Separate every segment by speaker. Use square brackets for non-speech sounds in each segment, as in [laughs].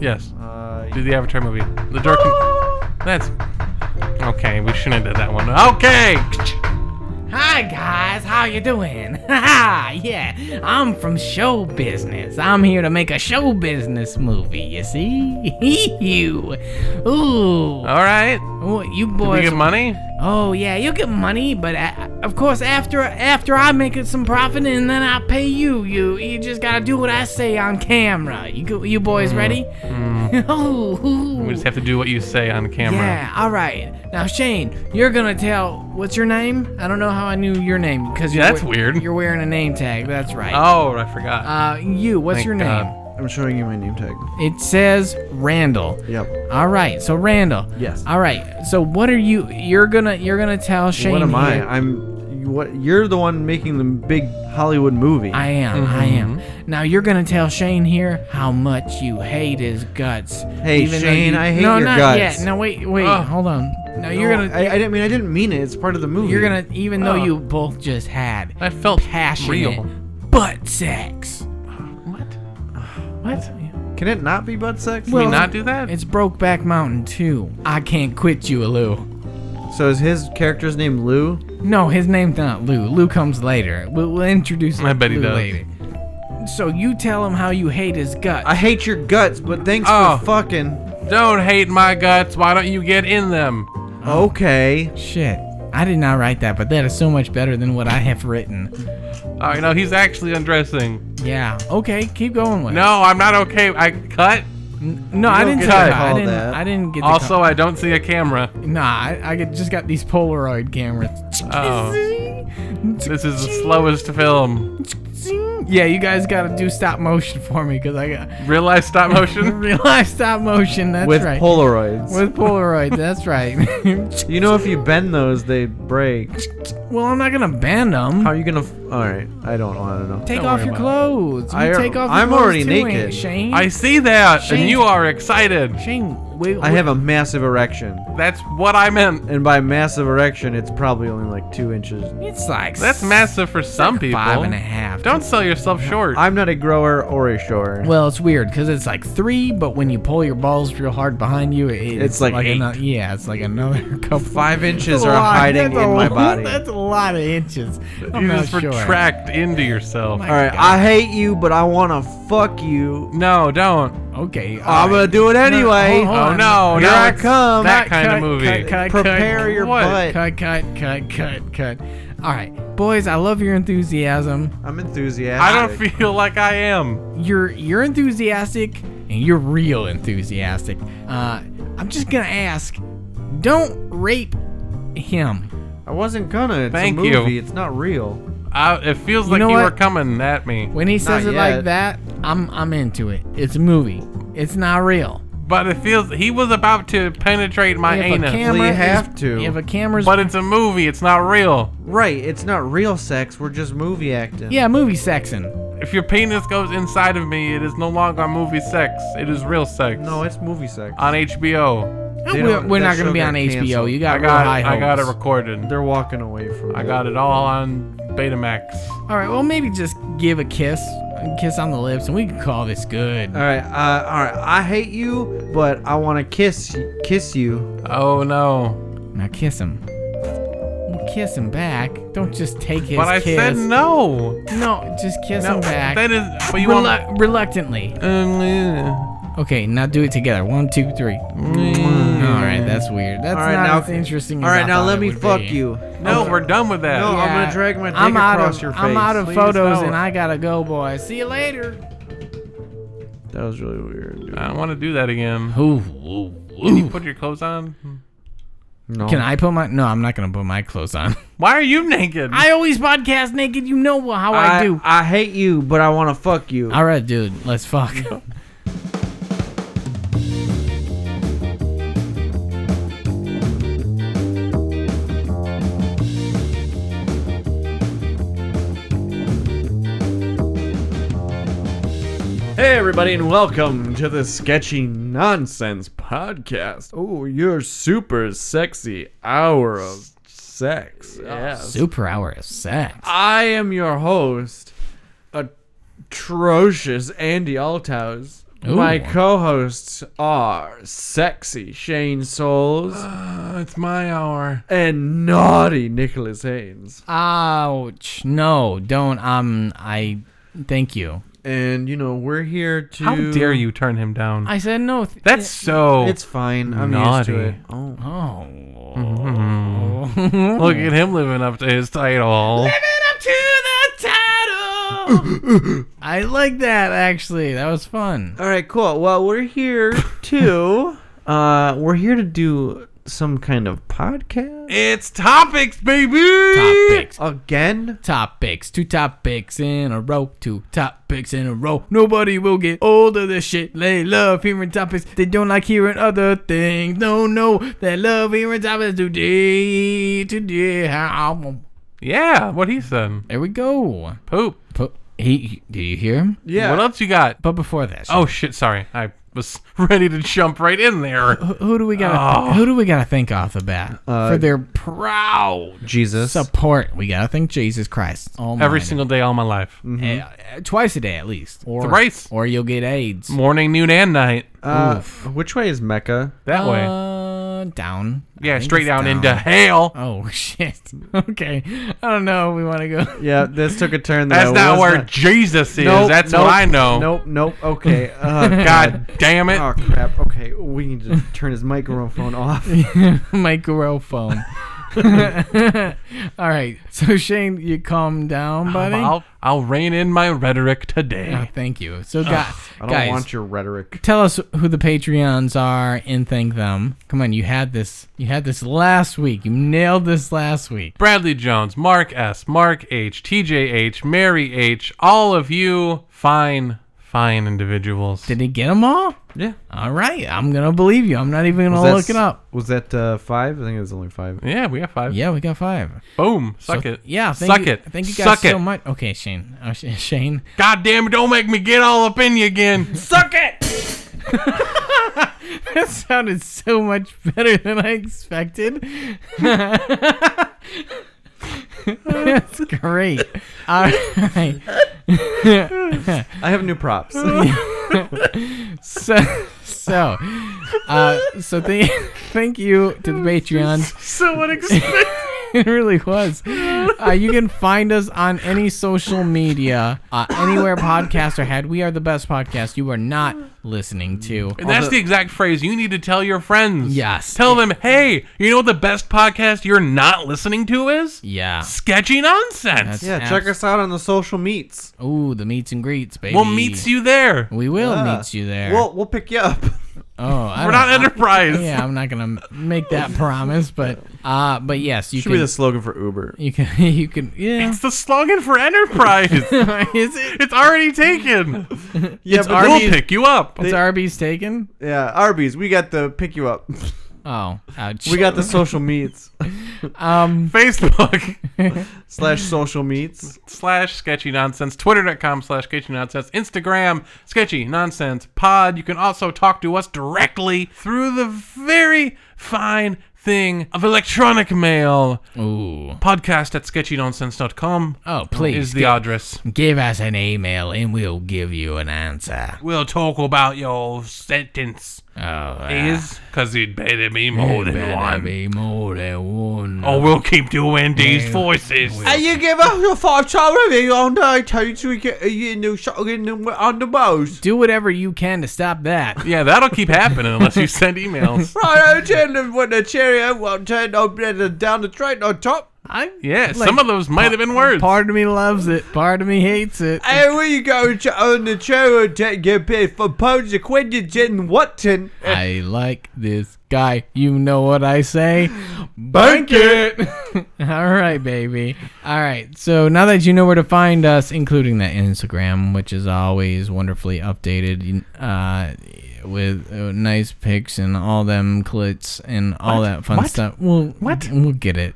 Speaker 1: Yes.
Speaker 2: Uh,
Speaker 1: Do the Avatar movie. The Dark.
Speaker 3: Oh!
Speaker 1: That's. Okay, we shouldn't have did that one. Okay!
Speaker 3: Hi guys, how you doing? [laughs] Haha, yeah, I'm from show business. I'm here to make a show business movie, you see? [laughs] you. Ooh.
Speaker 1: Alright.
Speaker 3: Ooh, you
Speaker 1: Do we
Speaker 3: boys.
Speaker 1: get money?
Speaker 3: oh yeah, you'll get money, but uh, of course after after I make it some profit and then I pay you. You you just gotta do what I say on camera. You go, you boys ready? [laughs] oh.
Speaker 1: We just have to do what you say on camera.
Speaker 3: Yeah, all right. Now, Shane, you're gonna tell. What's your name? I don't know how I knew your name because
Speaker 1: Yeah, that's weird.
Speaker 3: You're wearing a name tag. That's right.
Speaker 1: Oh, I forgot.
Speaker 3: uh, you. What's
Speaker 1: Thank
Speaker 3: your name?
Speaker 1: God.
Speaker 2: I'm showing you my name tag.
Speaker 3: It says Randall.
Speaker 2: Yep.
Speaker 3: All right. So Randall.
Speaker 2: Yes.
Speaker 3: All right. So what are you? You're gonna. You're gonna tell Shane.
Speaker 2: what am I?
Speaker 3: here-
Speaker 2: I'm. you- What? You're the one making the big Hollywood movie.
Speaker 3: I am.
Speaker 1: Mm-hmm.
Speaker 3: I am. Now you're gonna tell Shane here how much you hate his guts.
Speaker 2: Hey,
Speaker 3: though
Speaker 2: Shane,
Speaker 3: you-
Speaker 2: I hate
Speaker 3: no,
Speaker 2: your
Speaker 3: not
Speaker 2: guts.
Speaker 3: Yet. No, wait, wait,
Speaker 1: Ugh.
Speaker 3: hold on. No,
Speaker 2: No,
Speaker 3: you're gonna.
Speaker 2: I, I didn't mean. I didn't mean it. It's part of the movie.
Speaker 3: you're gonna. Even though
Speaker 1: Ugh.
Speaker 3: you both just had
Speaker 1: I felt
Speaker 3: passionate
Speaker 1: real.
Speaker 3: butt sex.
Speaker 1: What?
Speaker 3: What?
Speaker 2: Can it not be butt sex?
Speaker 1: Can
Speaker 3: Well-
Speaker 1: we not do that?
Speaker 3: It's Brokeback Mountain 2. I can't quit you, Lou.
Speaker 2: so is his character's name Lou?
Speaker 3: No, his name's not Lou. Lou comes later. We'll, we'll introduce
Speaker 1: I bet he
Speaker 3: Lou
Speaker 1: does.
Speaker 3: later. So you tell him how you hate his guts.
Speaker 2: I hate your guts, but thanks
Speaker 1: Oh.
Speaker 2: for fucking.
Speaker 1: Don't hate my guts. Why don't you get in them?
Speaker 3: Oh.
Speaker 2: Okay.
Speaker 3: Shit. I did not write that, but that is so much better than what I have written.
Speaker 1: All right, Uh, no, he's actually undressing.
Speaker 3: Yeah. Okay, keep going with it.
Speaker 1: No, I'm not okay. I cut.
Speaker 3: N- No, I
Speaker 2: don't
Speaker 3: didn't
Speaker 2: get
Speaker 3: say
Speaker 2: to
Speaker 3: that. I
Speaker 2: call
Speaker 3: didn't,
Speaker 2: that.
Speaker 3: I didn't get the
Speaker 1: Also, I don't see a camera.
Speaker 3: co- Nah, I, I get- just got these Polaroid cameras. [laughs]
Speaker 1: Oh. This is the slowest film.
Speaker 3: Yeah, you guys gotta do stop motion for me because I got [laughs]
Speaker 1: Real life stop motion.
Speaker 3: real life stop motion. That's
Speaker 2: With
Speaker 3: right.
Speaker 2: Polaroids.
Speaker 3: With Polaroid. That's right. [laughs]
Speaker 2: you know, if you bend those, they break.
Speaker 3: well, I'm not gonna ban
Speaker 2: How
Speaker 3: them.
Speaker 2: are you gonna? F- All right. I don't want to know.
Speaker 3: Take
Speaker 1: Don't
Speaker 3: off
Speaker 1: worry
Speaker 3: your
Speaker 1: about it.
Speaker 3: clothes. You
Speaker 2: I-
Speaker 3: take off. Your
Speaker 2: I'm
Speaker 3: clothes
Speaker 2: already
Speaker 3: too,
Speaker 2: naked.
Speaker 3: Aunt Shane.
Speaker 1: I see that,
Speaker 3: Shane.
Speaker 1: and you are excited.
Speaker 3: Shane. Wait,
Speaker 2: I have a massive erection,
Speaker 1: That's what I meant.
Speaker 2: and by massive erection, it's probably only like two inches.
Speaker 3: It's like
Speaker 1: That's massive for some people.
Speaker 3: Five and a half.
Speaker 1: Don't sell yourself short.
Speaker 2: I'm not a grower or a shower.
Speaker 3: Well, it's weird because it's like three, but when you pull your balls real hard behind you, it- it's,
Speaker 2: like eight.
Speaker 3: ano- yeah, it's like another [laughs] couple.
Speaker 2: [laughs] Five inches
Speaker 3: That's a
Speaker 2: are
Speaker 3: lot.
Speaker 2: hiding in
Speaker 3: That's a
Speaker 2: my
Speaker 3: lot. [laughs]
Speaker 2: body.
Speaker 3: That's a lot of inches. I'm
Speaker 1: you
Speaker 3: not
Speaker 1: just
Speaker 3: sure. Oh
Speaker 1: retract into yourself.
Speaker 3: My-
Speaker 2: All right,
Speaker 3: God.
Speaker 2: I hate you, but I want to fuck you.
Speaker 1: No, don't.
Speaker 3: Okay.
Speaker 2: I'm
Speaker 3: alright.
Speaker 2: gonna do it anyway.
Speaker 3: hold- hold
Speaker 1: Oh
Speaker 3: on.
Speaker 1: no,
Speaker 2: Here
Speaker 1: now
Speaker 2: I
Speaker 1: it's
Speaker 2: come.
Speaker 1: That
Speaker 3: Cut,
Speaker 1: kind
Speaker 3: cut,
Speaker 1: of movie.
Speaker 3: cut, cut,
Speaker 2: Prepare
Speaker 3: cut.
Speaker 2: your
Speaker 1: What?
Speaker 2: butt.
Speaker 3: Cut, cut, cut, cut, cut. All right, boys, I love your enthusiasm.
Speaker 2: I'm enthusiastic.
Speaker 1: I don't feel like I am.
Speaker 3: You're you're enthusiastic, and you're real enthusiastic. Uh, I'm just gonna ask, don't rape him.
Speaker 2: I wasn't gonna. It's
Speaker 1: Thank
Speaker 2: a movie.
Speaker 1: you.
Speaker 2: It's not real.
Speaker 1: I, it feels
Speaker 3: You
Speaker 1: like
Speaker 3: know
Speaker 1: you
Speaker 3: what?
Speaker 1: were coming at me.
Speaker 3: When he says
Speaker 2: Not
Speaker 3: it
Speaker 2: yet.
Speaker 3: like that, I'm I'm into it. It's a movie. It's not real.
Speaker 1: But it feels he was about to penetrate my
Speaker 3: If a
Speaker 1: anus.
Speaker 3: camera
Speaker 2: Well, you
Speaker 3: is-
Speaker 2: have to.
Speaker 3: If a camera's
Speaker 1: but it's a movie, it's not real.
Speaker 2: Right. It's not real sex. We're just movie acting.
Speaker 3: yeah, movie sexing.
Speaker 1: If your penis goes inside of me, it is no longer movie sex. It is real sex.
Speaker 2: No, it's movie sex.
Speaker 1: on HBO.
Speaker 2: They
Speaker 3: We're,
Speaker 2: don't-
Speaker 3: we're
Speaker 2: that
Speaker 3: not gonna
Speaker 2: show
Speaker 3: be
Speaker 2: got
Speaker 3: on HBO.
Speaker 2: canceled.
Speaker 3: You got
Speaker 1: I got
Speaker 3: real high
Speaker 1: it, I got it
Speaker 3: hopes.
Speaker 1: recorded.
Speaker 2: They're walking away from.
Speaker 1: I got it all on Betamax.
Speaker 3: All right, well, maybe just give a kiss, a kiss on the lips, and we can call this good.
Speaker 2: All right. Uh, all right. I hate you, but I want to kiss y- kiss you.
Speaker 1: Oh no.
Speaker 3: Now kiss him. Well, kiss him back. Don't just take his
Speaker 1: but I
Speaker 3: kiss.
Speaker 1: said no.
Speaker 3: No, just kiss
Speaker 1: No.
Speaker 3: him back.
Speaker 1: That is but you want
Speaker 3: Relu- reluctantly.
Speaker 1: um,
Speaker 3: Okay, now do it together. One, two, three.
Speaker 1: uh,
Speaker 3: All right, that's weird. That's
Speaker 2: All right,
Speaker 3: not
Speaker 2: now-
Speaker 3: as interesting.
Speaker 2: All
Speaker 3: as
Speaker 2: right.
Speaker 3: I
Speaker 2: Now
Speaker 3: thought
Speaker 2: let
Speaker 3: it
Speaker 2: me
Speaker 3: would
Speaker 2: fuck
Speaker 3: be.
Speaker 2: you.
Speaker 1: No, we're done with that.
Speaker 2: No, I'm gonna drag my
Speaker 3: I'm
Speaker 2: dick
Speaker 3: out
Speaker 2: across
Speaker 3: of,
Speaker 2: your
Speaker 3: I'm
Speaker 2: face.
Speaker 3: out of
Speaker 2: Please
Speaker 3: photos
Speaker 1: don't.
Speaker 3: and I gotta go, boy. See you later.
Speaker 2: That was really weird.
Speaker 3: Uh,
Speaker 2: dude.
Speaker 1: I don't want to do that again.
Speaker 3: Ooh,
Speaker 1: Can you put your clothes on?
Speaker 2: No.
Speaker 3: Can I put my? No, I'm not gonna put my clothes on. [laughs]
Speaker 1: Why are you naked?
Speaker 3: I always podcast naked. You know how I, do.
Speaker 2: I hate you, but I want to fuck you.
Speaker 3: All right, dude. Let's
Speaker 2: [laughs]
Speaker 3: fuck.
Speaker 2: Hey, everybody, and welcome to the Sketchy Nonsense Podcast. Oh, your super sexy hour of sex. Yes.
Speaker 3: Super hour of sex.
Speaker 2: I am your host, atrocious Andy Althouse.
Speaker 3: Ooh.
Speaker 2: My co-hosts are sexy
Speaker 1: [gasps]
Speaker 2: Shane Souls
Speaker 1: Uh, it's my hour.
Speaker 2: and naughty Nicholas Haynes.
Speaker 3: Ouch! No, don't. Um, I. Thank you.
Speaker 2: And you know we're here to.
Speaker 1: How dare you turn him down?
Speaker 3: I said no. Th-
Speaker 1: That's so.
Speaker 2: It's fine. I'm used
Speaker 1: Naughty.
Speaker 2: to it. Oh.
Speaker 3: [laughs] Oh.
Speaker 1: Look at him living up to his title.
Speaker 3: up to the title. I like that actually. That was fun.
Speaker 2: All right, cool. Well, we're [laughs] here to. uh, we're here to do some kind of podcast
Speaker 1: It's topics, baby.
Speaker 3: Topics.
Speaker 2: again.
Speaker 3: Topics. Two topics in a row. Two topics in a row. Nobody will get old of this shit. They love hearing topics. They don't like hearing other things. No, no. They love hearing topics today. Today. How?
Speaker 1: Yeah, what he said.
Speaker 3: There we go.
Speaker 1: Poop.
Speaker 3: Pu- He, he, do you hear him?
Speaker 2: Yeah.
Speaker 1: What else you got?
Speaker 3: But before that,
Speaker 1: Oh shit! Sorry, I was [laughs] ready to jump right in there.
Speaker 3: who, who do we gotta
Speaker 1: Oh.
Speaker 3: who do we gotta thank off the bat
Speaker 2: Uh,
Speaker 3: for their proud
Speaker 2: Jesus.
Speaker 3: support? We gotta thank Jesus Christ. Oh, Almighty.
Speaker 1: Every single day, all my life,
Speaker 3: Eh, eh, twice a day at least, or
Speaker 1: Thrice.
Speaker 3: or you'll get AIDS
Speaker 1: morning, noon, and night.
Speaker 2: Uh, which way is Mecca?
Speaker 1: That way.
Speaker 3: Uh, down. I
Speaker 1: Yeah,
Speaker 3: think
Speaker 1: straight
Speaker 3: it's
Speaker 1: down, into [laughs] hell.
Speaker 3: Oh [laughs] shit. Okay. I don't know. We want to go.
Speaker 2: [laughs]
Speaker 3: [laughs]
Speaker 2: Yeah, this took a turn. That
Speaker 1: That's
Speaker 2: I
Speaker 1: not
Speaker 2: was
Speaker 1: where Jesus is.
Speaker 2: Nope,
Speaker 1: That's
Speaker 2: nope,
Speaker 1: what I know.
Speaker 2: Nope, nope.
Speaker 1: [laughs]
Speaker 2: Okay. Uh,
Speaker 1: God damn it.
Speaker 2: Oh crap. Okay, we need to turn his
Speaker 1: [laughs]
Speaker 2: microphone off.
Speaker 3: Microphone. [laughs] All right. So Shane, you calm down, buddy.
Speaker 1: I'll I'll rein in my rhetoric
Speaker 3: Oh,
Speaker 1: today.
Speaker 3: thank you. So, guys,
Speaker 2: I don't
Speaker 3: guys,
Speaker 2: want your rhetoric.
Speaker 3: tell us who the Patreons are and thank them. Come on, you had this. You had this last week. You nailed this last week.
Speaker 1: Bradley Jones, Mark S, Mark H, TJ H, Mary H, all of you fine, fine individuals.
Speaker 3: Did he get them all?
Speaker 2: Yeah.
Speaker 3: All right, I'm gonna believe you. I'm not even gonna look it up.
Speaker 2: Was that uh, five? I think it was
Speaker 1: [laughs]
Speaker 2: only five.
Speaker 1: yeah, we got five.
Speaker 3: Yeah, we got five.
Speaker 1: Boom. Suck
Speaker 3: So-
Speaker 1: it.
Speaker 3: Yeah, thank
Speaker 1: Suck
Speaker 3: you,
Speaker 1: it.
Speaker 3: Thank you guys
Speaker 1: Suck
Speaker 3: so
Speaker 1: it.
Speaker 3: much. Okay, Shane. Oh, Sh- [laughs] Shane.
Speaker 1: God damn it, don't make me get all up in you again.
Speaker 3: Suck it. that sounded so much better than I expected. [laughs] That's great. All right.
Speaker 2: I have
Speaker 1: [laughs]
Speaker 2: new props.
Speaker 3: so so uh so thank thank you to the patreons
Speaker 1: [laughs] so unexpected.
Speaker 3: [laughs] it really was uh, you can find us on any social media uh, anywhere podcasts are had we are the best podcast you are not listening to
Speaker 1: That's the exact phrase you need to tell your friends.
Speaker 3: Yes.
Speaker 1: Tell them, hey, you know what the best podcast you're not listening to is?
Speaker 3: yeah
Speaker 1: Sketchy Nonsense.
Speaker 3: That's-
Speaker 2: yeah, check us out on the social meets.
Speaker 3: oh the meets and greets baby
Speaker 1: we'll meet you there.
Speaker 3: we will
Speaker 2: Yeah.
Speaker 3: meet you there
Speaker 2: We'll we'll pick you up.
Speaker 3: oh I
Speaker 1: We're
Speaker 3: don't-
Speaker 1: not Enterprise.
Speaker 3: yeah i'm not gonna make that
Speaker 1: [laughs]
Speaker 3: promise but uh but yes you
Speaker 2: Should be
Speaker 3: can
Speaker 2: the slogan for Uber.
Speaker 3: you can [laughs] you can yeah
Speaker 1: It's the slogan for Enterprise.
Speaker 3: [laughs] is it
Speaker 1: It's already taken.
Speaker 2: Yeah,
Speaker 3: It's
Speaker 2: but
Speaker 1: We'll
Speaker 3: Arby's-
Speaker 1: pick you up.
Speaker 3: it's Arby's taken?
Speaker 2: yeah, Arby's. We got the pick you up.
Speaker 3: Oh, ouch.
Speaker 2: We got the social [laughs] meets
Speaker 3: um.
Speaker 1: Facebook [laughs]
Speaker 2: slash social meets.
Speaker 1: slash sketchy nonsense, twitter.com slash sketchy nonsense, Instagram sketchy nonsense pod. You can also talk to us directly through the very fine thing of electronic mail.
Speaker 3: Ooh.
Speaker 1: Podcast at sketchynonsense.com
Speaker 3: Oh, please
Speaker 1: is the
Speaker 3: gi-
Speaker 1: address.
Speaker 3: give us an email and we'll give you an answer.
Speaker 1: We'll talk about your sentence.
Speaker 3: Oh, uh,
Speaker 1: Is because it better be more than
Speaker 3: better
Speaker 1: one.
Speaker 3: be more than one.
Speaker 1: Or Oh, we'll keep doing these voices.
Speaker 2: you give us a five star review on the iTunes. We get a new shot on the most.
Speaker 3: do whatever you can to
Speaker 1: [laughs]
Speaker 3: stop that.
Speaker 1: Yeah, that'll keep happening unless you
Speaker 3: [laughs]
Speaker 1: send emails.
Speaker 2: Right, I turned them with a Cheerio, one turned up and down the train on top.
Speaker 3: I
Speaker 1: Yeah,
Speaker 3: Like,
Speaker 1: some of those might have been words.
Speaker 3: part of me loves it. Part of me
Speaker 1: [laughs]
Speaker 3: hates it.
Speaker 2: And we go to on the Cheerio, take a bit for Pose, Quentin, Jen, Watson.
Speaker 3: I like this guy. You know what I say?
Speaker 2: Bank it! [laughs]
Speaker 3: [laughs] All right, baby. All right. So now that you know where to find us, including that Instagram, which is always wonderfully updated uh, with uh, nice pics and all them clits and all that fun
Speaker 1: What?
Speaker 3: stuff. We'll,
Speaker 1: What?
Speaker 3: We'll get it.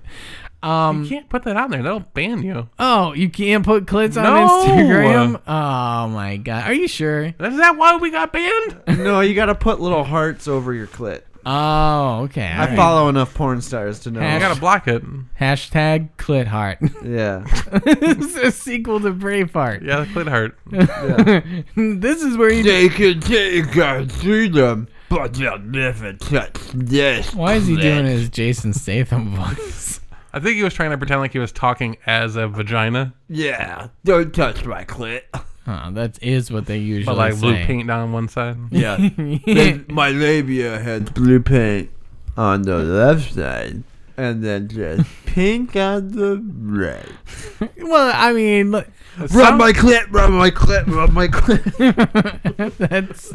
Speaker 3: Um,
Speaker 1: you can't put that on there. That'll ban you.
Speaker 3: Oh, you can't put clits on
Speaker 1: No.
Speaker 3: Instagram? Oh, my God. Are you sure?
Speaker 1: Is that why we got banned?
Speaker 2: No, you gotta put little hearts over your clit.
Speaker 3: Oh, okay.
Speaker 2: I
Speaker 3: alright.
Speaker 2: follow enough porn stars to know.
Speaker 1: I
Speaker 3: [laughs]
Speaker 1: gotta block it.
Speaker 3: Hashtag [laughs] Clitheart.
Speaker 2: yeah.
Speaker 3: it's a sequel to Braveheart.
Speaker 1: Yeah, the clit hurt.
Speaker 3: [laughs] this is where you.
Speaker 2: They can take and see them, but they'll never touch this.
Speaker 3: Why is he doing his Jason Statham [laughs] voice?
Speaker 1: I think he was trying to pretend like he was talking as a vagina,
Speaker 2: Yeah, don't touch my clit.
Speaker 3: Huh, that is what they usually
Speaker 1: but like
Speaker 3: say.
Speaker 1: blue paint down one side.
Speaker 3: [laughs]
Speaker 2: Yeah, then my labia has blue paint on the left side, and then just pink on the right.
Speaker 3: Well, I mean, look, [laughs]
Speaker 2: Rub my clit, rub my clit, rub my clit.
Speaker 3: that's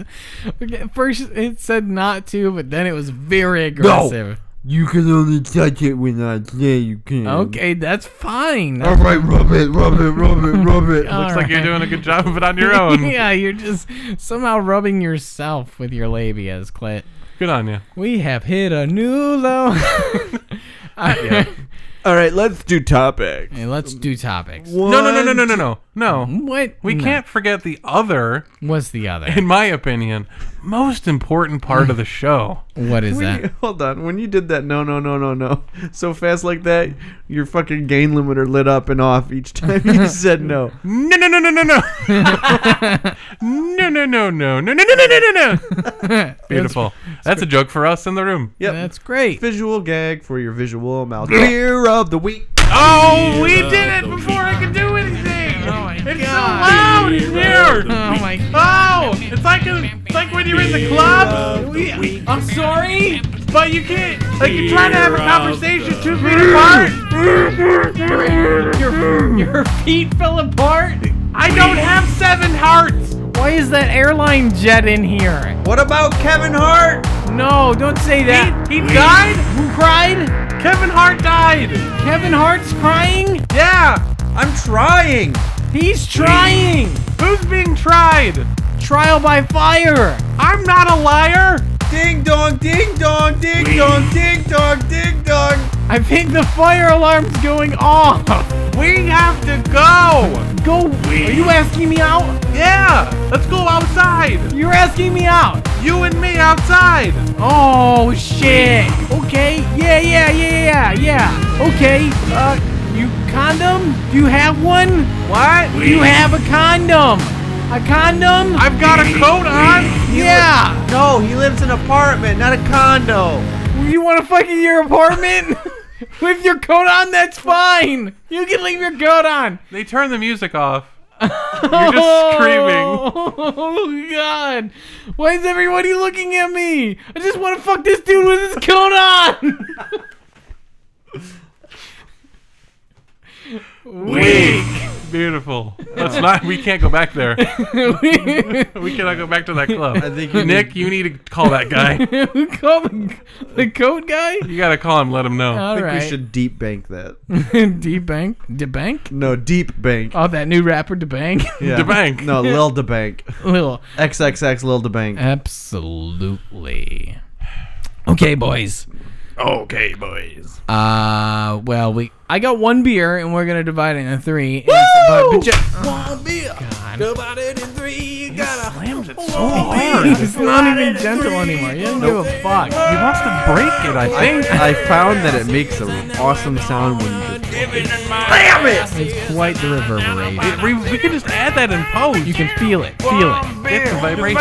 Speaker 3: okay, first it said not to, but then it was very aggressive.
Speaker 2: you can only touch it when I say you can.
Speaker 3: Okay, that's fine. [laughs]
Speaker 2: All right, rub it, rub it, rub it, rub it.
Speaker 3: God.
Speaker 1: Looks like you're
Speaker 3: Alright.
Speaker 1: doing a good job of it on your own.
Speaker 3: [laughs] yeah, you're just somehow rubbing yourself with your labias, Clit.
Speaker 1: Good on you.
Speaker 3: We have hit a new low. [laughs] Alright,
Speaker 2: All right, let's do topics.
Speaker 3: let's do topics.
Speaker 1: No, no, no, no, no, no, no, no.
Speaker 3: What?
Speaker 1: We
Speaker 3: No.
Speaker 1: can't forget the other,
Speaker 3: What's the other?
Speaker 1: in my opinion, most important part of the show.
Speaker 3: What is
Speaker 2: When
Speaker 3: that?
Speaker 2: you, hold on. When you did that, no, no, no, no, no, so fast like that, your fucking gain limiter lit up and off each time you said no.
Speaker 1: No, no, no, no, no, no. no, no, no, no, no, no, no, no, no, no, no. [laughs] Beautiful. That's a joke for us in the room.
Speaker 2: Yep.
Speaker 3: That's great.
Speaker 2: Visual gag for your visual mouth. Beer of the week.
Speaker 1: Oh, we did it before I could do anything.
Speaker 3: Oh my
Speaker 1: It's so
Speaker 3: God.
Speaker 1: loud in here.
Speaker 3: Oh my
Speaker 1: Oh, it's like a, it's like when you're in the club,
Speaker 3: I'm sorry.
Speaker 1: but you can't. Like you're trying to have a conversation two feet apart.
Speaker 3: Your, your feet fell apart.
Speaker 1: I don't have seven hearts.
Speaker 3: Why is that airline jet in here?
Speaker 2: What about Kevin Hart?
Speaker 3: No, don't say that.
Speaker 1: He died.
Speaker 3: Who cried?
Speaker 1: Kevin Hart died.
Speaker 3: Kevin Hart's crying.
Speaker 1: Yeah.
Speaker 2: I'm trying.
Speaker 3: He's trying.
Speaker 1: Who's being tried?
Speaker 3: Trial by fire.
Speaker 1: I'm not a liar.
Speaker 2: Ding dong, ding dong, ding dong, ding dong, ding dong.
Speaker 3: I think the fire alarm's going off.
Speaker 1: We have to go.
Speaker 3: Go. Are you asking me out?
Speaker 1: Yeah, let's go outside.
Speaker 3: You're asking me out.
Speaker 1: You and me outside.
Speaker 3: Oh shit. Okay. Yeah, yeah, yeah, yeah, yeah. Okay. Uh, you condom? Do you have one?
Speaker 1: What?
Speaker 3: Do you have a condom? A condom?
Speaker 1: I've got a coat on.
Speaker 3: yeah.
Speaker 2: No, he lives in an apartment, not a condo.
Speaker 3: You want to fuck in your apartment? [laughs] With your coat on, that's fine. You can leave your coat on.
Speaker 1: They turn the music off. You're just screaming.
Speaker 3: [laughs] Oh God! Why is everybody looking at me? I just want to fuck this dude with his coat on. [laughs]
Speaker 1: Beautiful. That's not. We can't go back there. We cannot go back to that club.
Speaker 2: I think you
Speaker 1: Nick, you need to call that
Speaker 3: [laughs]
Speaker 1: guy.
Speaker 3: Who called the, the coat guy?
Speaker 1: You gotta call him. Let him know.
Speaker 2: I
Speaker 3: All
Speaker 2: think
Speaker 3: right.
Speaker 2: we should deep bank that.
Speaker 3: [laughs] DeBank? DeBank?
Speaker 2: No, deep bank.
Speaker 3: Oh, that new rapper DeBank. [laughs]
Speaker 2: Yeah.
Speaker 1: DeBank.
Speaker 2: No, Lil DeBank.
Speaker 3: Little.
Speaker 2: XXX Lil DeBank.
Speaker 3: Uh, Absolutely. Okay, boys.
Speaker 2: Okay, boys.
Speaker 3: Uh, well, we I got one beer and we're gonna divide it into three. Woo! But, but ju-
Speaker 1: Slams it so hard.
Speaker 3: it's not even gentle anymore. You don't give a fuck.
Speaker 1: He wants to break it. I think.
Speaker 2: I found that it makes an awesome sound when you just
Speaker 3: It's quite the reverberation.
Speaker 1: We, we can just add that in post.
Speaker 3: You can feel it. Feel it.
Speaker 1: get the vibration.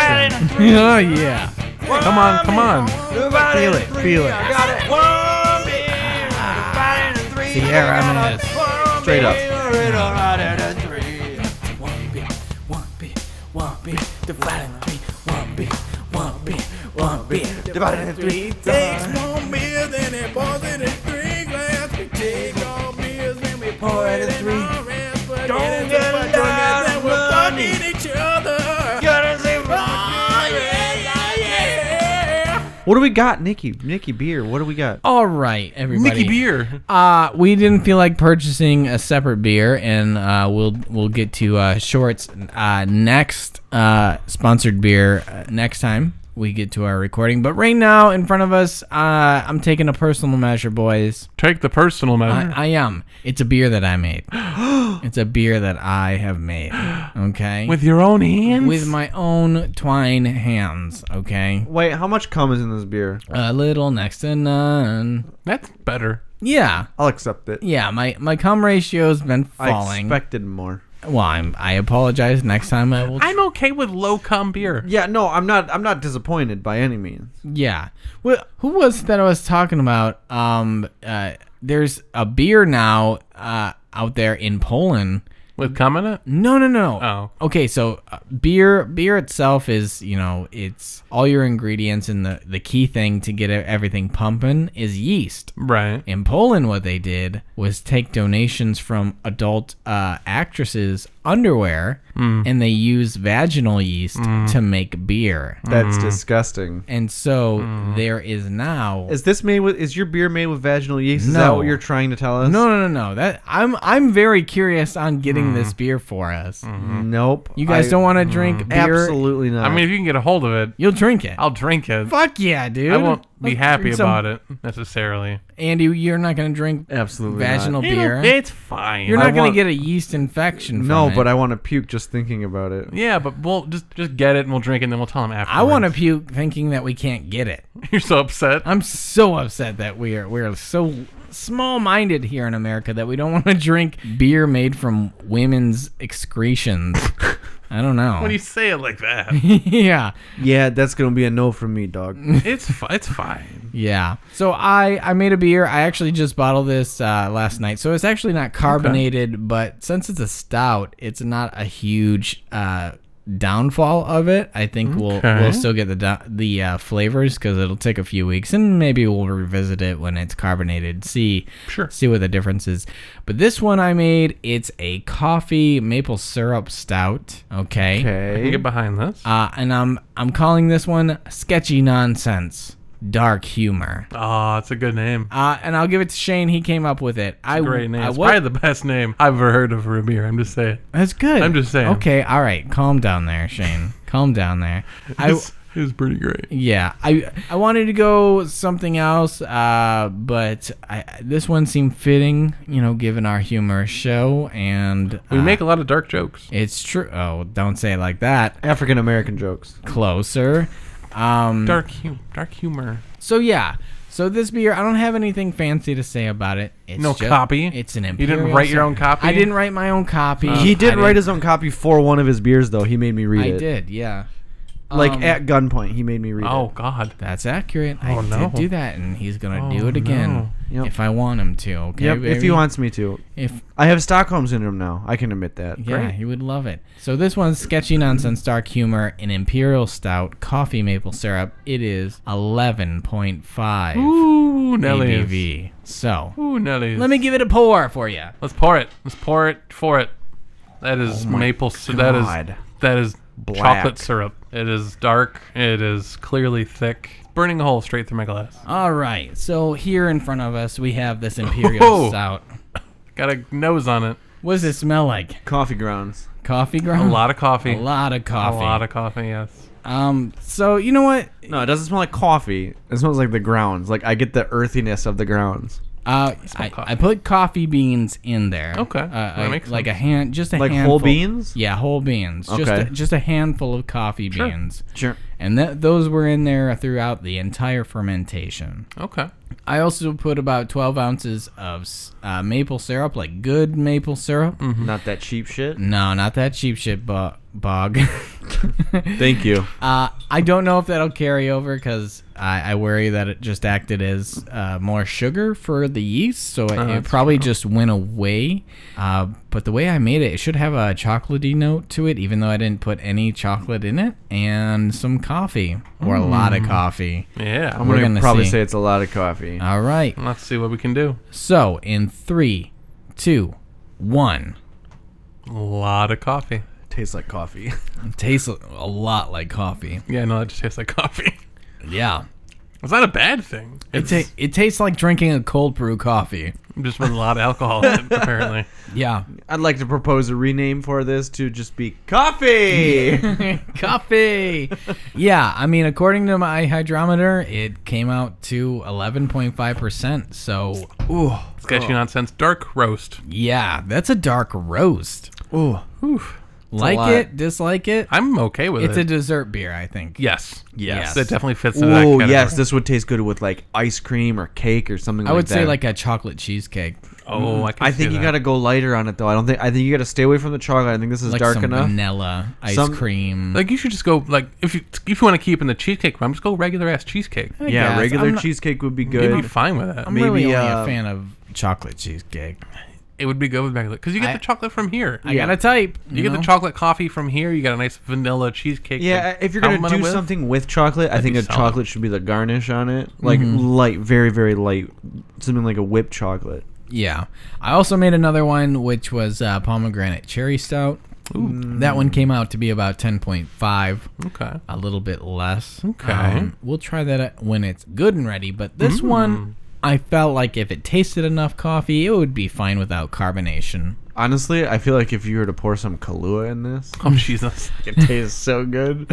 Speaker 3: [laughs] oh yeah.
Speaker 1: Come on, come on.
Speaker 3: Feel it. Feel it. Sierra Mendes.
Speaker 2: straight up. What do we got, Nikki? Nikki beer. What do we got?
Speaker 3: All right, everybody.
Speaker 1: Nikki Beer.
Speaker 3: Uh, we didn't feel like purchasing a separate beer, and uh, we'll we'll get to uh, shorts uh, next uh, sponsored beer uh, next time. we get to our recording. But right now, in front of us, uh, I'm taking a personal measure, boys.
Speaker 1: Take the personal measure.
Speaker 3: I, I am. It's a beer that I made. it's a beer that I have made. Okay.
Speaker 1: With your own hands?
Speaker 3: With my own twine hands. Okay.
Speaker 2: Wait, how much cum is in this beer?
Speaker 3: A little next to none.
Speaker 1: That's better.
Speaker 3: Yeah.
Speaker 2: I'll accept it.
Speaker 3: Yeah, my, my cum ratio's been
Speaker 2: I
Speaker 3: falling.
Speaker 2: expected more.
Speaker 3: well, I'm, I apologize. Next time I will.
Speaker 1: I'm okay with low cum beer.
Speaker 2: Yeah, no, I'm not. I'm not disappointed by any means.
Speaker 3: Yeah. Well, who was that I was talking about? Um, uh, there's a beer now uh, out there in Poland.
Speaker 1: With cum in it?
Speaker 3: No, no, no.
Speaker 1: Oh.
Speaker 3: Okay, so uh, beer beer itself is, you know, it's all your ingredients and the the key thing to get e, everything pumping is yeast.
Speaker 1: Right.
Speaker 3: In Poland, what they did was take donations from adult uh, actresses' underwear, and they use vaginal yeast to make beer.
Speaker 2: That's disgusting.
Speaker 3: And so there is now.
Speaker 2: Is this made with? Is your beer made with vaginal yeast? Is that
Speaker 3: No.
Speaker 2: what you're trying to tell us?
Speaker 3: no, no, no, no. That I'm I'm very curious on getting this beer for us.
Speaker 2: Mm. Nope.
Speaker 3: You guys
Speaker 2: I-
Speaker 3: don't want to
Speaker 2: Mm.
Speaker 3: drink beer.
Speaker 2: Absolutely not.
Speaker 1: I mean, if you can get a hold of it,
Speaker 3: You'll drink it.
Speaker 1: I'll drink it.
Speaker 3: Fuck yeah, dude.
Speaker 1: I won't be
Speaker 3: Let's
Speaker 1: happy
Speaker 3: drink some-
Speaker 1: about it necessarily.
Speaker 3: Andy, you're not gonna drink
Speaker 2: absolutely
Speaker 3: vaginal
Speaker 2: Not.
Speaker 3: beer.
Speaker 1: You know, it's fine.
Speaker 3: you're
Speaker 2: I
Speaker 3: not gonna
Speaker 2: want-
Speaker 3: get a yeast infection. From
Speaker 2: No,
Speaker 3: it.
Speaker 2: but I want to puke just thinking about it.
Speaker 1: yeah, but we'll just just get it and we'll drink it and then we'll tell him after.
Speaker 3: I want to puke thinking that we can't get it.
Speaker 1: [laughs] You're so upset.
Speaker 3: I'm so upset that we are we're so small-minded here in America that we don't [laughs] want to drink beer made from women's excretions. I don't know.
Speaker 1: When you say it like that,
Speaker 3: [laughs] yeah.
Speaker 2: Yeah, that's gonna be a no from
Speaker 3: [laughs]
Speaker 2: me, dog.
Speaker 1: it's fi- it's fine.
Speaker 3: Yeah. So I I made a beer. I actually just bottled this uh, last night. So it's actually not carbonated, but since it's a stout, it's not a huge uh, downfall of it. I think we'll
Speaker 1: Okay.
Speaker 3: we'll still get the do- the uh, flavors because it'll take a few weeks, and maybe we'll revisit it when it's carbonated. See
Speaker 1: Sure.
Speaker 3: see what the difference is. But this one I made, it's a coffee maple syrup stout. Okay.
Speaker 1: I can
Speaker 2: Okay.
Speaker 1: get behind this.
Speaker 3: Uh, and I'm I'm calling this one sketchy nonsense, dark humor.
Speaker 1: Oh, it's a good name.
Speaker 3: Uh, and I'll give it to Shane. He came up with it. I
Speaker 1: Great name.
Speaker 3: I
Speaker 1: It's
Speaker 3: wa-
Speaker 1: probably the best name I've ever heard of for a beer. I'm just saying.
Speaker 3: That's good.
Speaker 1: I'm just saying.
Speaker 3: Okay, all right. Calm down there,
Speaker 1: [laughs]
Speaker 3: Shane. Calm down there. I Uh,
Speaker 1: It's, it's pretty great.
Speaker 3: yeah. I I wanted to go something else, uh, but I, this one seemed fitting, you know, given our humorous show and
Speaker 1: We
Speaker 3: uh,
Speaker 1: make a lot of dark jokes.
Speaker 3: It's true. Oh, don't say it like that.
Speaker 2: African American jokes.
Speaker 3: Closer. Um,
Speaker 1: Dark humor. Dark humor.
Speaker 3: So yeah. So this beer, I don't have anything fancy to say about it. It's
Speaker 1: No
Speaker 3: ju-
Speaker 1: copy?
Speaker 3: It's an
Speaker 1: You
Speaker 3: imperial.
Speaker 1: didn't write your
Speaker 3: Stout.
Speaker 1: own copy? Oh.
Speaker 3: I didn't write my own copy.
Speaker 2: he
Speaker 3: Uh, I
Speaker 2: did
Speaker 3: didn't-
Speaker 2: write his own copy for one of his beers, though. He made me read
Speaker 3: I
Speaker 2: it.
Speaker 3: did, yeah.
Speaker 2: Like
Speaker 3: Um,
Speaker 2: at gunpoint, he made me read
Speaker 1: Oh
Speaker 2: it.
Speaker 1: God.
Speaker 3: that's accurate. I
Speaker 1: Oh, no.
Speaker 3: did do that, and he's gonna do
Speaker 1: Oh,
Speaker 3: it again
Speaker 1: no.
Speaker 2: Yep.
Speaker 3: if I want him to. Okay,
Speaker 2: Yep, if
Speaker 3: baby?
Speaker 2: he wants me to.
Speaker 3: if
Speaker 2: I have Stockholm syndrome now. I can admit that.
Speaker 3: yeah,
Speaker 1: Great.
Speaker 3: he would love it. So this one's sketchy nonsense, dark humor, an imperial stout, coffee maple syrup. It is eleven point five
Speaker 1: Ooh, Nelly.
Speaker 3: ABV. So
Speaker 1: Ooh, Nelly.
Speaker 3: let me give it a pour for you.
Speaker 1: Let's pour it. Let's pour it for it. That
Speaker 3: Oh
Speaker 1: is maple. sy- That
Speaker 2: God.
Speaker 1: is that is
Speaker 2: Black.
Speaker 1: chocolate syrup. It is dark. It is clearly thick. It's burning a hole straight through my glass.
Speaker 3: All right. So here in front of us, we have this imperial
Speaker 1: Whoa.
Speaker 3: stout.
Speaker 1: Got a nose on it.
Speaker 3: What does it smell like?
Speaker 2: Coffee grounds.
Speaker 3: Coffee
Speaker 1: A
Speaker 3: ground.
Speaker 1: lot of coffee.
Speaker 3: A lot of
Speaker 1: A
Speaker 3: coffee.
Speaker 1: lot of coffee. Yes.
Speaker 3: Um. So you know what?
Speaker 2: No, it doesn't smell like coffee. It smells like the grounds. Like I get the earthiness of the grounds.
Speaker 3: Uh, I,
Speaker 1: coffee.
Speaker 3: I put coffee beans in there.
Speaker 1: Okay,
Speaker 3: Uh,
Speaker 1: that
Speaker 3: I-
Speaker 1: makes
Speaker 3: like
Speaker 1: sense.
Speaker 3: a hand, just a
Speaker 2: Like
Speaker 3: handful.
Speaker 2: whole beans?
Speaker 3: Yeah, whole beans. Just
Speaker 2: Okay.
Speaker 3: a, just a handful of coffee beans.
Speaker 2: Sure.
Speaker 3: And that those were in there throughout the entire fermentation.
Speaker 1: Okay.
Speaker 3: I also put about 12 ounces of s- uh, maple syrup, like good maple syrup.
Speaker 1: Mm.
Speaker 2: Not that cheap shit.
Speaker 3: No, not that cheap shit bo-
Speaker 2: [laughs]
Speaker 3: bog.
Speaker 2: Thank you.
Speaker 3: Uh, I don't know if that'll carry over because I, I worry that it just acted as uh, more sugar for the yeast, so it, it
Speaker 1: that's
Speaker 3: probably just went away. Uh, but the way I made it, it should have a chocolatey note to it, even though I didn't put any chocolate in it, and some coffee or a lot of coffee.
Speaker 1: Yeah.
Speaker 2: I'm
Speaker 3: We're
Speaker 2: gonna,
Speaker 3: gonna
Speaker 2: probably
Speaker 3: see. Uh.
Speaker 2: say it's a lot of coffee.
Speaker 3: All right.
Speaker 1: Let's see what we can do.
Speaker 3: So in three, two, one,
Speaker 1: A lot of coffee.
Speaker 2: tastes like coffee.
Speaker 3: it tastes a lot like coffee.
Speaker 1: Yeah. No, that just tastes like coffee.
Speaker 3: Yeah.
Speaker 1: [laughs] It's not a bad thing.
Speaker 3: It, ta- it tastes like drinking a cold brew coffee.
Speaker 1: Just with a lot of alcohol, in it, apparently.
Speaker 3: Yeah.
Speaker 2: [laughs] I'd like to propose a rename for this to just be
Speaker 3: [laughs]
Speaker 2: coffee.
Speaker 3: Coffee. yeah, I mean, according to my hydrometer, it came out to 11.5%. So, ooh,
Speaker 1: Sketchy nonsense, dark roast.
Speaker 3: yeah, that's a dark roast.
Speaker 2: Ooh, lot.
Speaker 3: like it, dislike it.
Speaker 1: I'm okay with
Speaker 3: It's a
Speaker 1: it.
Speaker 3: dessert beer, I think.
Speaker 1: yes.
Speaker 2: Yes.
Speaker 1: That definitely fits in that
Speaker 2: Ooh,
Speaker 1: category.
Speaker 2: yes, this would taste good with like ice cream or cake or something.
Speaker 3: I would say
Speaker 2: that.
Speaker 3: like a chocolate cheesecake,
Speaker 1: Oh, I can
Speaker 2: I
Speaker 1: see
Speaker 2: think you
Speaker 1: that.
Speaker 2: gotta go lighter on it though. I don't think. I think you gotta stay away from the chocolate. I think this is
Speaker 3: like
Speaker 2: dark
Speaker 3: some
Speaker 2: enough.
Speaker 3: vanilla ice
Speaker 2: Some-
Speaker 3: cream.
Speaker 1: Like you should just go like if you if you want to keep in the cheesecake realm, just go regular ass cheesecake.
Speaker 3: I
Speaker 2: yeah,
Speaker 3: guess.
Speaker 2: regular
Speaker 3: I'm not-
Speaker 2: cheesecake would be
Speaker 1: You'd be
Speaker 2: good.
Speaker 1: fine with that.
Speaker 3: I'm really
Speaker 2: maybe,
Speaker 3: only
Speaker 2: uh,
Speaker 3: a fan of chocolate cheesecake.
Speaker 1: It would be good with regular because you get
Speaker 3: I-
Speaker 1: the chocolate from here.
Speaker 3: I
Speaker 2: Yeah.
Speaker 3: got a type. You,
Speaker 1: you get
Speaker 3: know?
Speaker 1: the chocolate coffee from here. You got a nice vanilla cheesecake.
Speaker 2: Yeah,
Speaker 1: to
Speaker 2: if you're gonna
Speaker 1: complement it
Speaker 2: do
Speaker 1: with.
Speaker 2: something with chocolate, I think
Speaker 1: be
Speaker 2: a
Speaker 1: solid.
Speaker 2: chocolate should be the garnish on it, like light, very very light, something like a whipped chocolate.
Speaker 3: Yeah. I also made another one, which was uh, pomegranate cherry stout. That one came out to be about 10.5,
Speaker 1: okay.
Speaker 3: a little bit less. Um,
Speaker 1: Okay.
Speaker 3: we'll try that at- when it's good and ready. But this
Speaker 2: Mm.
Speaker 3: one, I felt like if it tasted enough coffee, it would be fine without carbonation.
Speaker 2: Honestly, I feel like if you were to pour some Kahlua in this,
Speaker 1: Oh [laughs] Jesus.
Speaker 2: it tastes so good.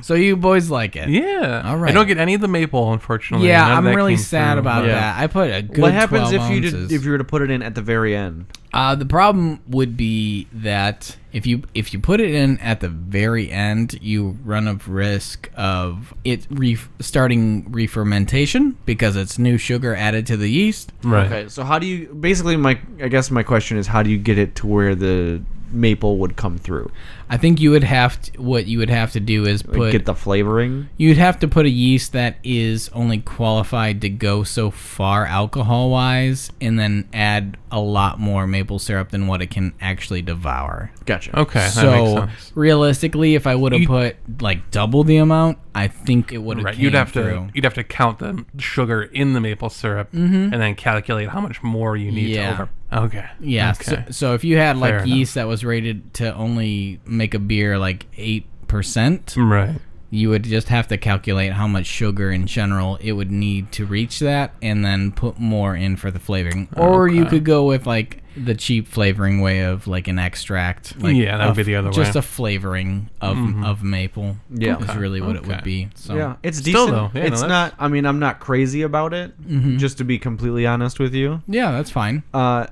Speaker 3: So you boys like it.
Speaker 1: Yeah.
Speaker 3: All right.
Speaker 1: I don't get any of the maple, unfortunately.
Speaker 3: Yeah,
Speaker 1: None of
Speaker 3: I'm
Speaker 1: that
Speaker 3: really
Speaker 1: came
Speaker 3: sad
Speaker 1: through.
Speaker 3: about
Speaker 2: Yeah.
Speaker 3: that. I put a good
Speaker 2: what happens
Speaker 3: 12
Speaker 2: if you
Speaker 3: ounces.
Speaker 2: did, if you were to put it in at the very end?
Speaker 3: Uh, the problem would be that if you if you put it in at the very end, you run a risk of it re- starting re-fermentation because it's new sugar added to the yeast.
Speaker 1: Right.
Speaker 2: Okay, so how do you basically my I guess my question is how do you get it to where the maple would come through?
Speaker 3: I think you would have to, what you would have to do is
Speaker 2: Like
Speaker 3: put
Speaker 2: get the flavoring?
Speaker 3: you'd have to put a yeast that is only qualified to go so far alcohol wise, and then add a lot more maple syrup than what it can actually devour.
Speaker 2: Gotcha.
Speaker 1: Okay. That
Speaker 3: so
Speaker 1: makes sense.
Speaker 3: realistically, if I would have
Speaker 1: You-
Speaker 3: put like double the amount, I think it would have.
Speaker 1: Right. You'd have to
Speaker 3: through.
Speaker 1: you'd have to count the sugar in the maple syrup and then calculate how much more you need
Speaker 3: Mm-hmm. Yeah.
Speaker 1: to over. Okay.
Speaker 3: Yeah.
Speaker 1: Okay.
Speaker 3: So, so if you had like
Speaker 1: Fair enough.
Speaker 3: yeast that was rated to only make a beer like eight percent,
Speaker 1: right.
Speaker 3: you would just have to calculate how much sugar in general it would need to reach that, and then put more in for the flavoring. Or you
Speaker 1: Okay.
Speaker 3: could go with like the cheap flavoring way of like an extract. Like
Speaker 1: Yeah, that would
Speaker 3: a-
Speaker 1: be the other
Speaker 3: Just
Speaker 1: way.
Speaker 3: a flavoring of of maple.
Speaker 2: Mm-hmm. Yeah.
Speaker 3: is really what it
Speaker 1: Okay.
Speaker 3: would be. So
Speaker 2: Yeah, it's
Speaker 1: Still,
Speaker 2: decent.
Speaker 1: though, yeah, no,
Speaker 2: it's
Speaker 1: that's-
Speaker 2: not. I mean, I'm not crazy about it. Just to be completely honest with you,
Speaker 3: yeah, that's fine.
Speaker 2: uh,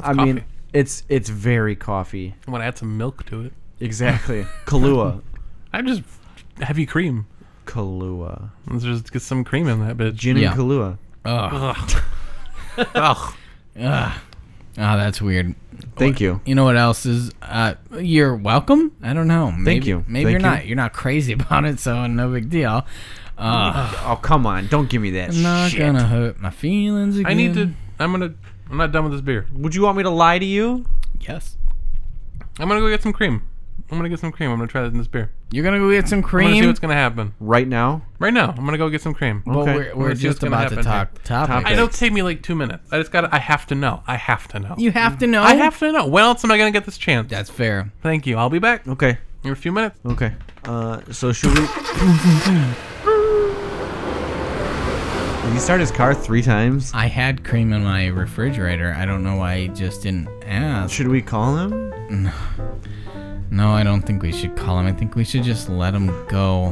Speaker 2: I mean,
Speaker 1: coffee.
Speaker 2: it's it's very coffee.
Speaker 1: I'm gonna add some milk to it. [laughs]
Speaker 2: Exactly, Kahlua,
Speaker 1: I just heavy cream.
Speaker 2: Kahlua,
Speaker 1: Let's just get some cream in that bitch.
Speaker 2: gin
Speaker 3: Yeah.
Speaker 2: and Kahlua.
Speaker 3: Ugh.
Speaker 1: Ugh. Ugh.
Speaker 3: Ugh. Ah, that's weird.
Speaker 2: Thank you.
Speaker 3: You know what else is? Uh, you're welcome. I don't know. Maybe,
Speaker 2: you.
Speaker 3: Maybe
Speaker 2: Thank
Speaker 3: you're
Speaker 2: you.
Speaker 3: not. You're not crazy [laughs] about it, so no big deal. Uh,
Speaker 2: Oh come on, don't give me that
Speaker 3: I'm not
Speaker 2: shit.
Speaker 3: gonna hurt my feelings again.
Speaker 1: I need to. I'm gonna. I'm not done with this beer.
Speaker 2: Would you want me to lie to you?
Speaker 3: Yes.
Speaker 1: I'm gonna go get some cream. I'm gonna get some cream. I'm gonna try this in this beer.
Speaker 3: You're gonna go get some
Speaker 1: I'm gonna see
Speaker 3: cream.
Speaker 1: what's gonna happen.
Speaker 2: Right now?
Speaker 1: Right now, I'm gonna go get some cream.
Speaker 3: But
Speaker 2: Okay.
Speaker 1: We're
Speaker 3: we're, we're
Speaker 1: gonna see what's
Speaker 3: just
Speaker 1: gonna
Speaker 3: about to
Speaker 1: happen
Speaker 3: talk topic.
Speaker 1: I know it'll take me like two minutes. I just gotta. I have to know. I have to know.
Speaker 3: You have to know.
Speaker 1: I have to know. When else am I gonna get this chance?
Speaker 3: That's fair.
Speaker 1: Thank you. I'll be back
Speaker 2: Okay.
Speaker 1: in a few minutes.
Speaker 2: Okay. Uh, so should
Speaker 1: [laughs]
Speaker 2: we? Did he start his car three times?
Speaker 3: I had cream in my refrigerator. I don't know why I just didn't ask.
Speaker 2: Should we call him?
Speaker 3: No, I don't think we should call him. I think we should just let him go.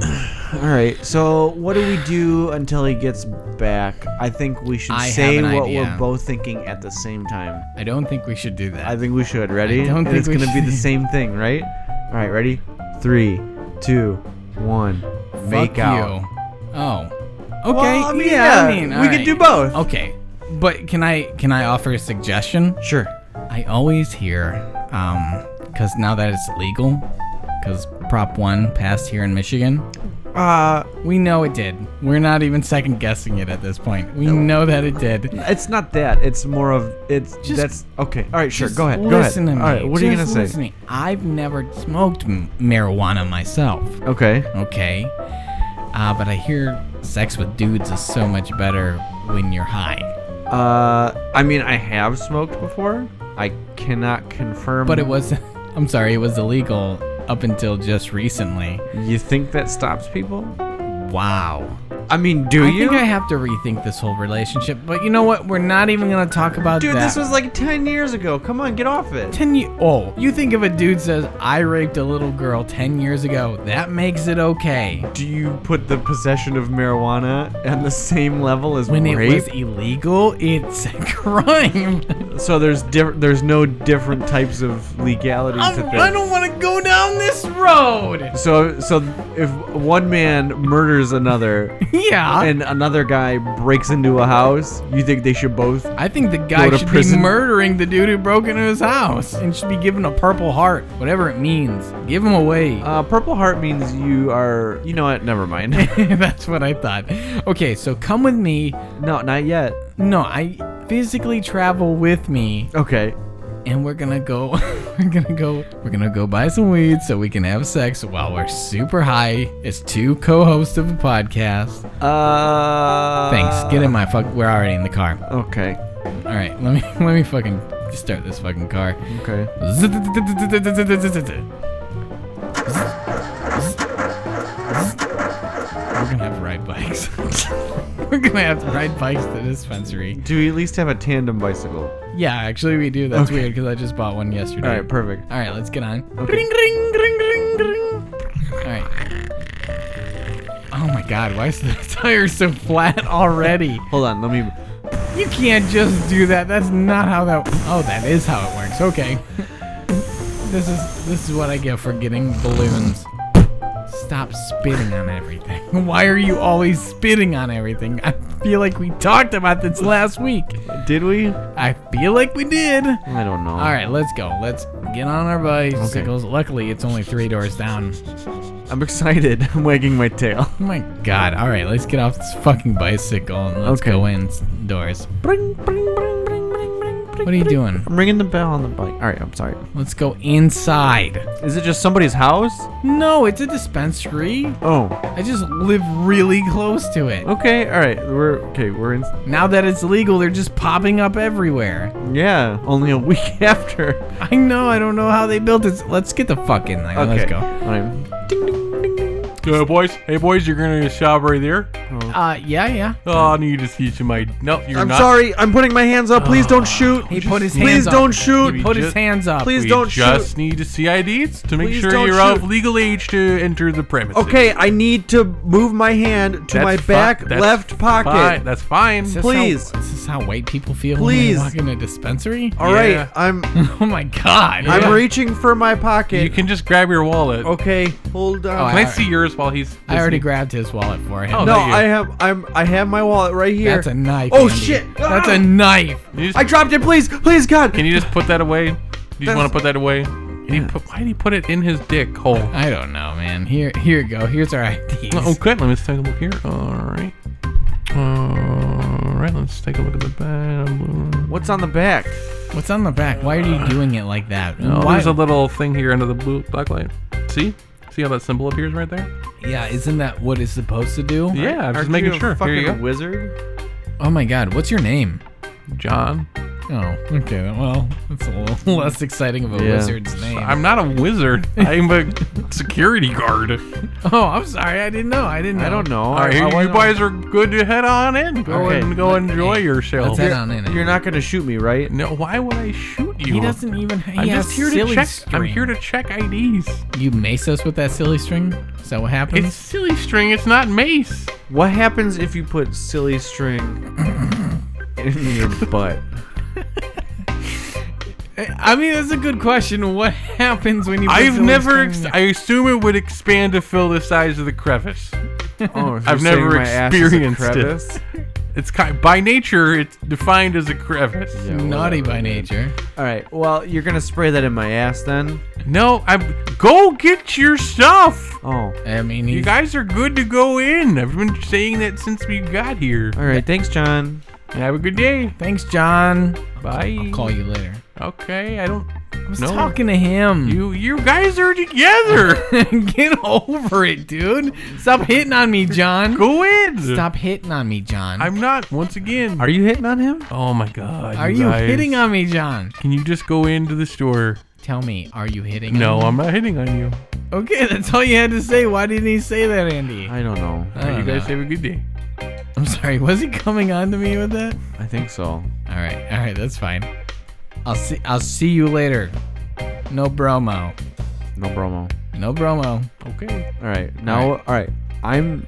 Speaker 2: All right. So what do we do until he gets back? I think we should
Speaker 3: I
Speaker 2: say
Speaker 3: have an
Speaker 2: what
Speaker 3: idea.
Speaker 2: we're both thinking at the same time.
Speaker 3: I don't think we should do that.
Speaker 2: I think we should. Ready?
Speaker 3: I don't
Speaker 2: And
Speaker 3: think
Speaker 2: it's
Speaker 3: we
Speaker 2: gonna be the
Speaker 3: should.
Speaker 2: same thing, right? All right. Ready? Three, two, one. Make
Speaker 3: Fuck
Speaker 2: out.
Speaker 3: You. Oh. Okay.
Speaker 2: I mean,
Speaker 3: yeah, I
Speaker 2: yeah,
Speaker 3: mean,
Speaker 2: we
Speaker 3: all
Speaker 2: could
Speaker 3: right.
Speaker 2: do both.
Speaker 3: Okay. But can I can I offer a suggestion?
Speaker 2: Sure.
Speaker 3: I always hear, um, because now that it's legal, because Prop One passed here in Michigan,
Speaker 2: Uh,
Speaker 3: we know it did. We're not even second guessing it at this point. We know that it did.
Speaker 2: it's not that. It's more of it's.
Speaker 3: Just-
Speaker 2: that's okay. All right. Sure.
Speaker 3: Just
Speaker 2: Go ahead. Go ahead.
Speaker 3: Listen to me.
Speaker 2: All right. What are you gonna
Speaker 3: Just
Speaker 2: say?
Speaker 3: listen to me. I've never smoked m- marijuana myself.
Speaker 2: Okay.
Speaker 3: okay? Uh, but I hear sex with dudes is so much better when you're high.
Speaker 2: Uh, I mean, I have smoked before. I cannot confirm.
Speaker 3: But it was, [laughs] I'm sorry, it was illegal up until just recently.
Speaker 2: You think that stops people?
Speaker 3: Wow.
Speaker 2: I mean, do
Speaker 3: I
Speaker 2: you?
Speaker 3: think I have to rethink this whole relationship, but you know what? We're not even gonna talk about
Speaker 2: Dude,
Speaker 3: that.
Speaker 2: this was like 10 years ago. Come on, get off it.
Speaker 3: ten years. Oh, you think if a dude says I raped a little girl ten years ago, that makes it okay
Speaker 2: Do you put the possession of marijuana on the same level as
Speaker 3: when it
Speaker 2: rape?
Speaker 3: was illegal? It's a [laughs] crime.
Speaker 2: so there's diff- there's no different types of legality
Speaker 3: I'm,
Speaker 2: to things.
Speaker 3: I don't want to go down this road.
Speaker 2: so so if one man murders
Speaker 3: [laughs]
Speaker 2: another
Speaker 3: Yeah.
Speaker 2: and another guy breaks into a house, you think they should both
Speaker 3: I think the guy
Speaker 2: Go to
Speaker 3: should
Speaker 2: prison.
Speaker 3: be murdering the dude who broke into his house and should be given a purple heart, whatever it means. Give him away. [laughs]
Speaker 2: uh, purple heart means you are you know what? Never
Speaker 3: [laughs]
Speaker 2: mind.
Speaker 3: That's what I thought. Okay, so come with me.
Speaker 2: no, not yet.
Speaker 3: No, I physically travel with me,
Speaker 2: Okay.
Speaker 3: and we're gonna go. [laughs] we're gonna go. We're gonna go buy some weed so we can have sex while we're super high. It's two co-hosts of a podcast.
Speaker 2: Uh
Speaker 3: Thanks. Get in my fuck. We're already in the car.
Speaker 2: Okay.
Speaker 3: All right, let me [laughs] let me fucking start this fucking car.
Speaker 2: Okay.
Speaker 3: We're gonna have to ride bikes. [laughs] We're gonna have to ride bikes to the dispensary.
Speaker 2: Do we at least have a tandem bicycle?
Speaker 3: Yeah, actually we do. That's
Speaker 2: Okay.
Speaker 3: weird because I just bought one
Speaker 2: All
Speaker 3: yesterday.
Speaker 2: right, perfect.
Speaker 3: All right, let's get on.
Speaker 2: Okay.
Speaker 3: Ring, ring, ring, ring, ring. All right. Oh my God, why is the [laughs] tire so flat already?
Speaker 2: Hold on, let me.
Speaker 3: You can't just do that. That's not how that. Oh, that is how it works. Okay. [laughs] this is this is what I get for getting balloons. Stop spitting on everything. [laughs] Why are you always spitting on everything? I feel like we talked about this last week.
Speaker 2: Did we?
Speaker 3: I feel like we did. All
Speaker 2: I don't know.
Speaker 3: right, let's go. Let's get on our bicycles. Luckily, it's only three doors down.
Speaker 2: I'm excited. [laughs] I'm wagging my tail.
Speaker 3: Oh my god. All right, let's get off this fucking bicycle and let's
Speaker 2: Okay.
Speaker 3: go indoors.
Speaker 2: Bring, bring, bring, bring, bring, bring,
Speaker 3: What are you doing?
Speaker 2: I'm ringing the bell on the bike. All right, I'm sorry.
Speaker 3: Let's go inside.
Speaker 2: Is it just somebody's house?
Speaker 3: No, it's a dispensary.
Speaker 2: Oh,
Speaker 3: I just live really close to it.
Speaker 2: okay. All right, we're okay. We're in.
Speaker 3: Now that it's legal, they're just popping up everywhere.
Speaker 2: Yeah, only a [laughs] week after.
Speaker 3: I know, I don't know how they built it. Let's get the fuck in there. Let's go.
Speaker 2: All right.
Speaker 1: Hey boys, hey boys, you're gonna shop right there.
Speaker 3: Uh, yeah, yeah.
Speaker 1: Oh, I need to teach you my. No, you're
Speaker 2: I'm
Speaker 1: not.
Speaker 2: sorry. I'm putting my hands up. Please don't shoot.
Speaker 3: He put his
Speaker 2: Please
Speaker 3: hands up.
Speaker 2: don't shoot.
Speaker 3: He put his
Speaker 1: Just-
Speaker 3: hands up.
Speaker 2: Please
Speaker 1: We
Speaker 2: don't
Speaker 1: just
Speaker 2: shoot.
Speaker 1: need to see IDs to make
Speaker 2: Please
Speaker 1: sure
Speaker 2: don't
Speaker 1: you're of
Speaker 2: shoot.
Speaker 1: legal age to enter the premises.
Speaker 2: Okay, I need to move my hand to
Speaker 1: That's
Speaker 2: my
Speaker 1: fi-
Speaker 2: back
Speaker 1: that's
Speaker 2: left pocket.
Speaker 1: Fine. That's fine.
Speaker 3: Is this
Speaker 2: please.
Speaker 3: How, is this how white people feel
Speaker 2: Please.
Speaker 3: when they walk in a dispensary? [laughs]
Speaker 2: All right,
Speaker 1: Yeah.
Speaker 2: I'm
Speaker 3: Oh my god.
Speaker 2: I'm
Speaker 1: Yeah.
Speaker 2: reaching for my pocket.
Speaker 1: You can just grab your wallet.
Speaker 2: okay, hold on.
Speaker 3: Oh,
Speaker 1: Can I
Speaker 3: I-
Speaker 1: see yours while he's?
Speaker 3: I already
Speaker 1: listening?
Speaker 3: grabbed his wallet for him.
Speaker 1: Oh,
Speaker 2: no,
Speaker 1: there you-
Speaker 2: I have I'm I have my wallet right here.
Speaker 3: That's a knife.
Speaker 2: Oh,
Speaker 3: Andy.
Speaker 2: shit.
Speaker 3: That's
Speaker 2: Ah.
Speaker 3: a knife.
Speaker 1: Can you just-
Speaker 2: I dropped it. Please, please, God.
Speaker 1: Can you just put that away? Do you
Speaker 2: That's-
Speaker 1: want to put that away? Did he put, why did he put it in his dick hole?
Speaker 3: I don't know, man. Here, here you go. Here's our [laughs] IDs.
Speaker 1: Uh,
Speaker 2: Oh,
Speaker 1: Okay, let me just take a look here. All right. All right, let's take a look at the back.
Speaker 2: What's on the back?
Speaker 3: What's on the back? Why are you doing it like that?
Speaker 1: Oh,
Speaker 3: Why-
Speaker 1: there's a little thing here under the blue black light. See? See how that symbol appears right there?
Speaker 3: Yeah, isn't that what it's supposed to do?
Speaker 1: Yeah, I'm
Speaker 2: Aren't
Speaker 1: just making
Speaker 2: you a
Speaker 1: sure. Here you
Speaker 2: fucking
Speaker 1: go.
Speaker 2: wizard.
Speaker 3: Oh my god, what's your name?
Speaker 1: John.
Speaker 3: Oh, okay. Well, that's a little [laughs] less exciting of a
Speaker 2: Yeah.
Speaker 3: wizard's name.
Speaker 1: I'm not a wizard. [laughs] I'm a security guard.
Speaker 3: oh, I'm sorry. I didn't know. I didn't know.
Speaker 2: I don't know.
Speaker 1: All right,
Speaker 2: I- I
Speaker 1: you
Speaker 2: wanna-
Speaker 1: guys are good to head on in. Go
Speaker 2: Okay.
Speaker 1: and go enjoy
Speaker 3: hey,
Speaker 1: yourself.
Speaker 3: let's head on in.
Speaker 2: You're not gonna shoot me, right?
Speaker 1: No, why would I shoot you?
Speaker 3: He doesn't even. He
Speaker 1: I'm
Speaker 3: has
Speaker 1: just here
Speaker 3: silly
Speaker 1: to check.
Speaker 3: String.
Speaker 1: I'm here to check IDs.
Speaker 3: You mace us with that silly string? Is that what happens?
Speaker 1: It's silly string. It's not mace.
Speaker 2: What happens if you put silly string in your
Speaker 1: [laughs]
Speaker 2: butt?
Speaker 3: I mean, that's a good question. What [laughs] happens when you? put
Speaker 1: I've
Speaker 3: silly
Speaker 1: never. Ex-
Speaker 3: string-
Speaker 1: I assume it would expand to fill the size of the crevice.
Speaker 2: Oh,
Speaker 1: I've
Speaker 2: you're saying
Speaker 1: never
Speaker 2: my ass is a
Speaker 1: experienced it.
Speaker 2: crevice?
Speaker 1: It's kind by nature. It's defined as a crevice.
Speaker 2: Yeah,
Speaker 3: Naughty
Speaker 2: whatever,
Speaker 3: by
Speaker 2: man.
Speaker 3: nature.
Speaker 2: All right. Well, you're gonna spray that in my ass then.
Speaker 1: No, I'm. Go get your stuff.
Speaker 2: Oh.
Speaker 3: I mean,
Speaker 1: You
Speaker 3: he's,
Speaker 1: guys are good to go in. I've been saying that since we got here.
Speaker 2: All right. Thanks, John.
Speaker 1: Have a good day.
Speaker 3: thanks, John.
Speaker 1: Bye.
Speaker 3: I'll call you later.
Speaker 1: Okay, I don't.
Speaker 3: I was
Speaker 1: No.
Speaker 3: talking to him.
Speaker 1: You you guys are together.
Speaker 3: [laughs] Get over it, dude. Stop hitting on me, John.
Speaker 1: go in.
Speaker 3: Stop hitting on me, John.
Speaker 1: I'm not. Once again.
Speaker 2: Are you hitting on him?
Speaker 1: oh my God.
Speaker 3: are you
Speaker 1: guys.
Speaker 3: hitting on me, John?
Speaker 1: Can you just go into the store?
Speaker 3: Tell me, are you hitting
Speaker 1: No,
Speaker 3: on
Speaker 1: I'm
Speaker 3: me?
Speaker 1: not hitting on you.
Speaker 3: Okay, that's all you had to say. Why didn't he say that, Andy?
Speaker 2: I don't know.
Speaker 3: I
Speaker 1: you
Speaker 3: don't
Speaker 1: guys
Speaker 3: know.
Speaker 1: have a good day.
Speaker 3: Sorry, was he coming on to me with that?
Speaker 2: I think so.
Speaker 3: All right, all right, that's fine. I'll see. I'll see you later. No bromo.
Speaker 2: No bromo.
Speaker 3: No bromo.
Speaker 1: Okay.
Speaker 2: All right. Now, all right. I'm.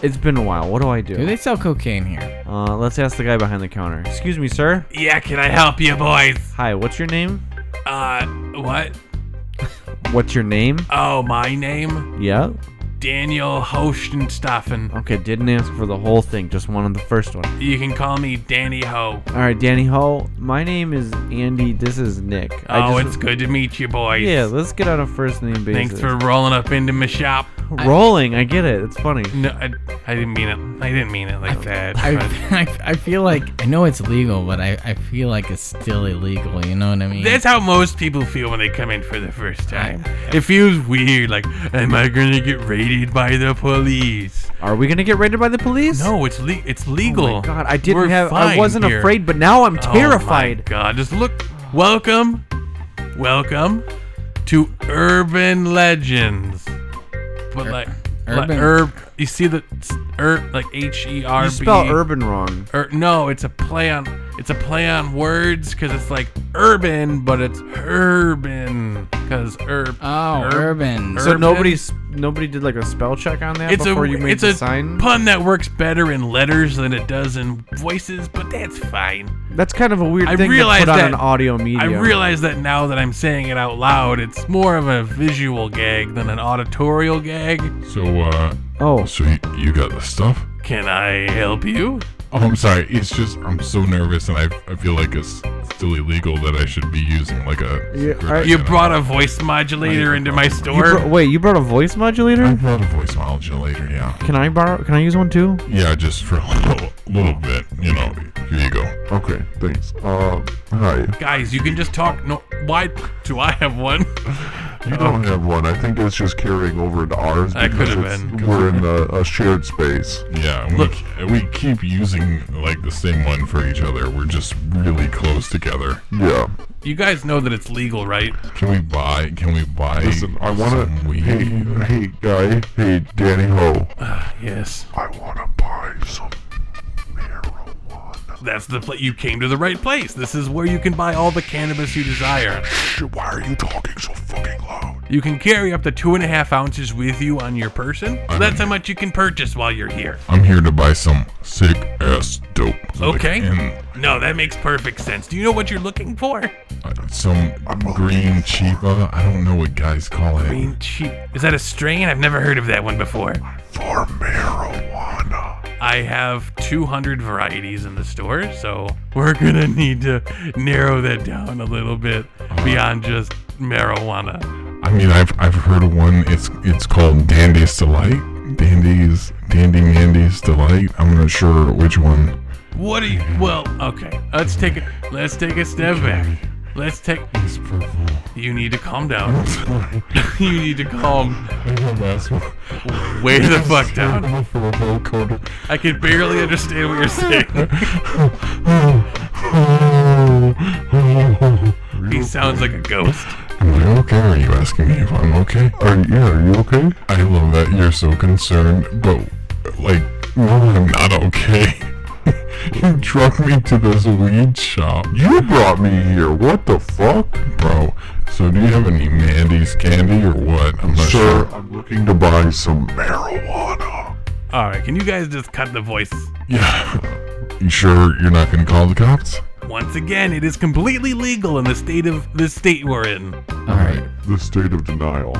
Speaker 2: It's been a while. What do I do?
Speaker 3: Do they sell cocaine here?
Speaker 2: Uh, let's ask the guy behind the counter. Excuse me, sir.
Speaker 1: Yeah, can I help you boys?
Speaker 2: Hi. What's your name?
Speaker 1: Uh, what?
Speaker 2: What's your name?
Speaker 1: Oh, my name?
Speaker 2: Yeah.
Speaker 1: Daniel Hostenstaffen.
Speaker 2: Okay. Didn't ask for the whole thing. Just one of the first one.
Speaker 1: You can call me Danny Ho.
Speaker 2: All right, Danny Ho. My name is Andy. This is Nick.
Speaker 1: Oh,
Speaker 2: I
Speaker 1: it's good to meet you boys.
Speaker 2: Yeah. Let's get on a first name basis.
Speaker 1: Thanks for rolling up into my shop.
Speaker 2: rolling. I, get it. It's funny.
Speaker 1: No, I, I didn't mean it. I didn't mean it like that.
Speaker 3: I,
Speaker 2: [laughs]
Speaker 1: but-
Speaker 3: [laughs] I, I feel like I know it's legal, but I, I feel like it's still illegal. You know what I mean?
Speaker 1: That's how most people feel when they come in for the first time. It feels weird, like, am I gonna get raided by the police?
Speaker 2: Are we gonna get raided by the police?
Speaker 1: No, it's le- it's legal.
Speaker 2: Oh my God, I didn't
Speaker 1: We're
Speaker 2: have. I
Speaker 1: fine
Speaker 2: wasn't
Speaker 1: here.
Speaker 2: afraid, but now I'm
Speaker 1: Oh
Speaker 2: terrified.
Speaker 1: my God, just look. Welcome, welcome to Urban Legends. But like,
Speaker 3: urban-
Speaker 1: like herb. You see the herb like H E R B.
Speaker 2: you spell urban wrong.
Speaker 1: Ur- no, it's a play on it's a play on words because it's like urban, but it's urban because herb.
Speaker 3: oh,
Speaker 1: herb-
Speaker 3: urban.
Speaker 1: herb-
Speaker 2: So
Speaker 1: Urban?
Speaker 2: nobody's nobody did like a spell check on that
Speaker 1: It's
Speaker 2: before
Speaker 1: a
Speaker 2: you made
Speaker 1: it's
Speaker 2: the
Speaker 1: a
Speaker 2: sign.
Speaker 1: pun that works better in letters than it does in voices, but that's fine.
Speaker 2: That's kind of a weird
Speaker 1: I
Speaker 2: thing to
Speaker 1: realize
Speaker 2: put on
Speaker 1: that.
Speaker 2: an audio medium.
Speaker 1: I realize that now that I'm saying it out loud, it's more of a visual gag than an auditorial gag.
Speaker 4: So, uh,
Speaker 2: Oh,
Speaker 4: so y- you got the stuff?
Speaker 1: Can I help you?
Speaker 4: Oh, I'm sorry. It's just I'm so nervous, and I, I feel like it's still illegal that I should be using like a.
Speaker 2: Yeah,
Speaker 4: secret
Speaker 2: I-
Speaker 1: You
Speaker 4: identifier.
Speaker 1: brought a voice modulator into my
Speaker 2: you
Speaker 1: store.
Speaker 2: bro- wait, you brought a voice modulator?
Speaker 4: I brought a voice modulator. Yeah.
Speaker 2: can I borrow? Can I use one too?
Speaker 4: Yeah, just for a little, little bit. You know. Here you go. Okay. Thanks. Uh, hi.
Speaker 1: Guys, you can just talk. No, why do I have one?
Speaker 4: You don't have one. I think it's just carrying over to ours.
Speaker 1: That
Speaker 4: because
Speaker 1: could've
Speaker 4: it's-
Speaker 1: been.
Speaker 4: We're in a, a shared space. Yeah, and we, we keep using like the same one for each other. We're just really close together. Yeah.
Speaker 1: You guys know that it's legal, right?
Speaker 4: Can we buy? Can we buy?
Speaker 5: Listen, I wanna.
Speaker 4: some weed?
Speaker 5: Hey, hey, guy. Hey, Danny Ho.
Speaker 1: Yes.
Speaker 5: I wanna buy some marijuana.
Speaker 1: That's the place. You came to the right place. This is where you can buy all the cannabis you desire.
Speaker 5: Shit, why are you talking so fucking loud?
Speaker 1: You can carry up to two and a half ounces with you on your person. So that's how much you can purchase while you're here.
Speaker 4: I'm here to buy some sick ass dope. Like,
Speaker 1: Okay.
Speaker 4: and
Speaker 1: No, that makes perfect sense. Do you know what you're looking for?
Speaker 4: uh, some green chiba. I don't know what guys call it.
Speaker 1: Green cheap. Is that a strain? I've never heard of that one before.
Speaker 5: For marijuana.
Speaker 1: I have 200 varieties in the store, so we're gonna need to narrow that down a little bit beyond just marijuana.
Speaker 4: I mean, I've I've heard of one. It's it's called Dandy's Delight. Dandy's Dandy Mandy's Delight. I'm not sure which one.
Speaker 1: What do you? Well, okay. Let's take a let's take a step back. Let's take.
Speaker 4: It's [laughs] purple.
Speaker 1: You need to calm down. [laughs] you need to calm
Speaker 4: I have asthma.
Speaker 1: way the fuck down.
Speaker 4: I'm for a whole [laughs] quarter.
Speaker 1: I can barely understand what you're
Speaker 4: [laughs]
Speaker 1: saying. He sounds like a ghost.
Speaker 4: Am I okay? Are you asking me if I'm okay?
Speaker 5: Are, yeah, are you okay?
Speaker 4: I love that you're so concerned, but like, no, I'm not okay. [laughs] you drug me to this weed shop,
Speaker 5: You brought me here. What the fuck?
Speaker 4: bro. So do you have any Mandy's candy or what? I'm not
Speaker 5: Sir, I'm looking to buy some marijuana.
Speaker 1: All right, can you guys just cut the voice?
Speaker 4: Yeah. You sure you're not gonna call the cops?
Speaker 1: Once again, it is completely legal in the state of the state we're in.
Speaker 3: all right,
Speaker 5: The state of denial.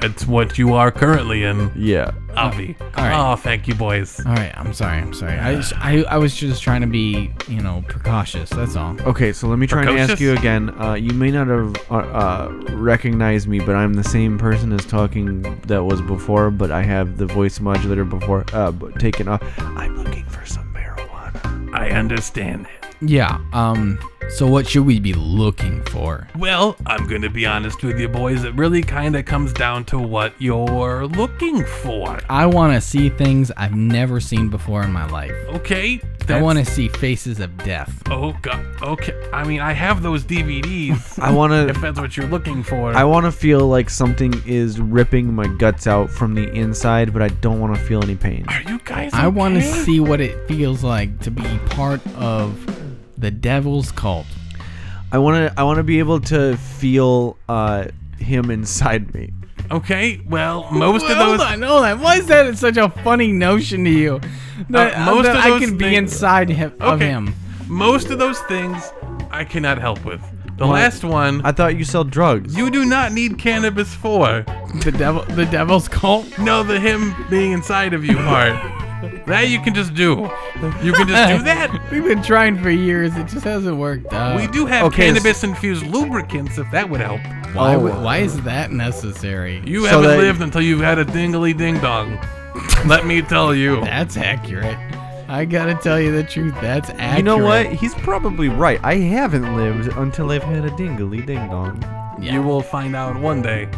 Speaker 1: It's what you are currently in,
Speaker 2: Yeah.
Speaker 1: Avi.
Speaker 3: right.
Speaker 1: Oh, thank you, boys.
Speaker 3: all right. I'm sorry. I'm sorry. I, just- I, I was just trying to be, you know, precautious. That's all.
Speaker 2: Okay, so let me try and ask
Speaker 1: Precocious?
Speaker 2: you again. Uh, you may not have uh, uh, recognized me, but I'm the same person as talking that was before, but I have the voice modulator before uh, b- taken off. I'm looking for some marijuana.
Speaker 1: I understand.
Speaker 3: Yeah. Um. So what should we be looking for?
Speaker 1: Well, I'm going to be honest with you, boys. It really kind of comes down to what you're looking for.
Speaker 3: I want to see things I've never seen before in my life.
Speaker 1: Okay? That's-
Speaker 3: I want to see Faces of Death.
Speaker 1: Oh god. Okay. I mean, I have those DVDs.
Speaker 2: [laughs] I want
Speaker 1: if
Speaker 2: to.
Speaker 1: that's what you're looking for.
Speaker 2: I want to feel like something is ripping my guts out from the inside, but I don't want to feel any pain.
Speaker 1: Are you guys?
Speaker 3: I want to
Speaker 1: okay?
Speaker 3: see what it feels like to be part of the devil's cult.
Speaker 2: I want to. I want to be able to feel uh, him inside me.
Speaker 1: Okay. Well, most of
Speaker 3: Hold
Speaker 1: those.
Speaker 3: on, hold on. Why is that such a funny notion to you? That,
Speaker 1: Uh, most
Speaker 3: that
Speaker 1: of
Speaker 3: I
Speaker 1: those
Speaker 3: can be
Speaker 1: things-
Speaker 3: inside him, of
Speaker 1: Okay.
Speaker 3: him.
Speaker 1: Most of those things I cannot help with. The last one
Speaker 2: I thought you sell drugs.
Speaker 1: you do not need cannabis for.
Speaker 3: The devil, the devil's cult.
Speaker 1: No, the him being inside of you part. that you can just do. You can just
Speaker 3: [laughs]
Speaker 2: [laughs]
Speaker 1: do that.
Speaker 3: We've been trying for years. It just hasn't worked out.
Speaker 1: We do have
Speaker 2: Okay, s-
Speaker 1: cannabis infused lubricants if that would help.
Speaker 3: Why,
Speaker 2: Oh.
Speaker 3: would- why is that necessary?
Speaker 1: You
Speaker 2: So
Speaker 1: haven't
Speaker 2: that-
Speaker 1: lived until you've had a dingly ding dong. [laughs] Let me tell you.
Speaker 3: That's accurate. I gotta tell you the truth. That's accurate.
Speaker 2: You know what? He's probably right. I haven't lived until I've had a dingly ding dong.
Speaker 3: Yeah.
Speaker 1: You will find out one day.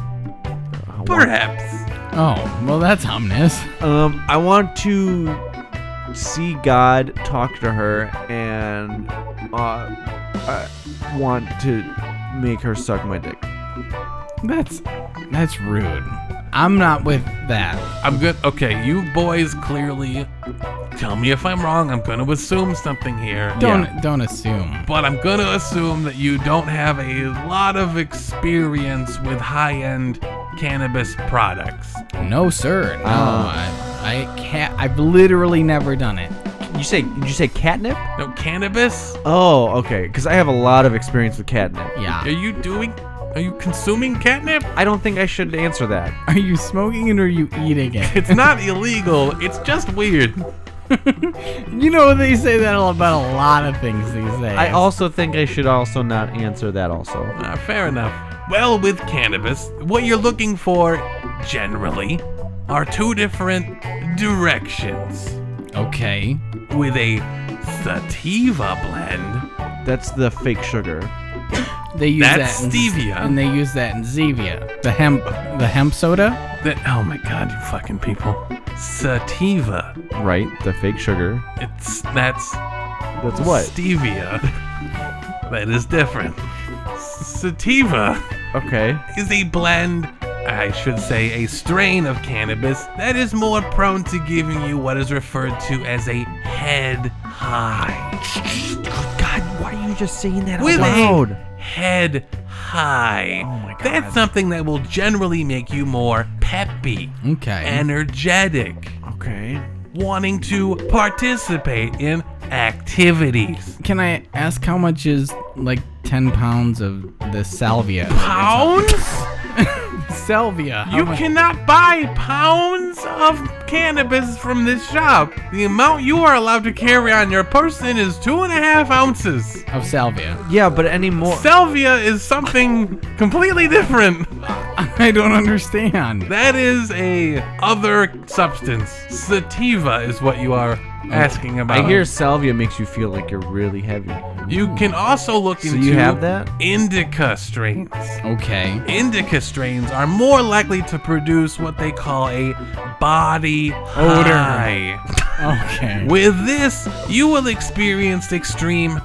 Speaker 2: I want-
Speaker 1: Perhaps.
Speaker 3: Oh, well, that's ominous.
Speaker 2: Um, I want to see God talk to her, and uh, I want to make her suck my dick.
Speaker 3: That's that's rude. I'm not with that.
Speaker 1: I'm good. Okay, you boys clearly tell me if I'm wrong. I'm going to assume something here.
Speaker 3: Don't don't assume.
Speaker 1: But I'm going to assume that you don't have a lot of experience with high end cannabis products.
Speaker 3: No, sir. No,
Speaker 2: Ah.
Speaker 3: I I can't. I've literally never done it.
Speaker 2: You say? Did you say catnip?
Speaker 1: No, cannabis?
Speaker 2: Oh, okay. Because I have a lot of experience with catnip.
Speaker 1: Are
Speaker 3: Yeah.
Speaker 1: you doing. Are you consuming catnip?
Speaker 2: I don't think I should answer that.
Speaker 3: [laughs] Are you smoking it or are you eating it?
Speaker 1: It's not illegal. It's just weird.
Speaker 3: [laughs] you know they say that all about a lot of things these days.
Speaker 2: I also think I should also not answer that. Also,
Speaker 1: Ah, fair enough. Well, with cannabis, what you're looking for generally are two different directions.
Speaker 3: okay.
Speaker 1: With a sativa blend,
Speaker 2: that's the fake sugar.
Speaker 3: They use
Speaker 1: That's
Speaker 3: that in,
Speaker 1: stevia.
Speaker 3: and they use that in Zevia, the hemp, the hemp soda.
Speaker 1: that oh my god, you fucking people, sativa.
Speaker 2: Right, the fake sugar.
Speaker 1: It's that's
Speaker 2: That's what.
Speaker 1: stevia. [laughs] that is different. Sativa
Speaker 2: Okay.
Speaker 1: is a blend. I should say a strain of cannabis that is more prone to giving you what is referred to as a head high.
Speaker 2: God, why are you just saying that
Speaker 1: with
Speaker 2: loud? Oh
Speaker 1: a head high. That's something that will generally make you more peppy,
Speaker 3: Okay.
Speaker 1: energetic,
Speaker 2: Mm-hmm. Okay.
Speaker 1: wanting to participate in activities.
Speaker 3: Can I ask how much is like 10 pounds of
Speaker 1: [laughs]
Speaker 3: the salvia?
Speaker 1: Pounds?
Speaker 3: Salvia. how
Speaker 1: You
Speaker 3: much-
Speaker 1: cannot buy pounds of cannabis from this shop. The amount you are allowed to carry on your person is two and a half ounces.
Speaker 3: Of salvia. [laughs]
Speaker 2: Yeah, but anymore.
Speaker 1: Salvia is something completely different.
Speaker 3: I
Speaker 1: [laughs]
Speaker 3: don't understand.
Speaker 1: That is a other substance. Sativa is what you are asking about.
Speaker 2: I hear salvia makes you feel like you're really heavy.
Speaker 1: uh, you can also look
Speaker 2: So
Speaker 1: into
Speaker 2: you have that?
Speaker 1: indica strains.
Speaker 3: Okay.
Speaker 1: Indica strains are more likely to produce what they call a body high.
Speaker 3: Okay.
Speaker 1: With this, you will experience extreme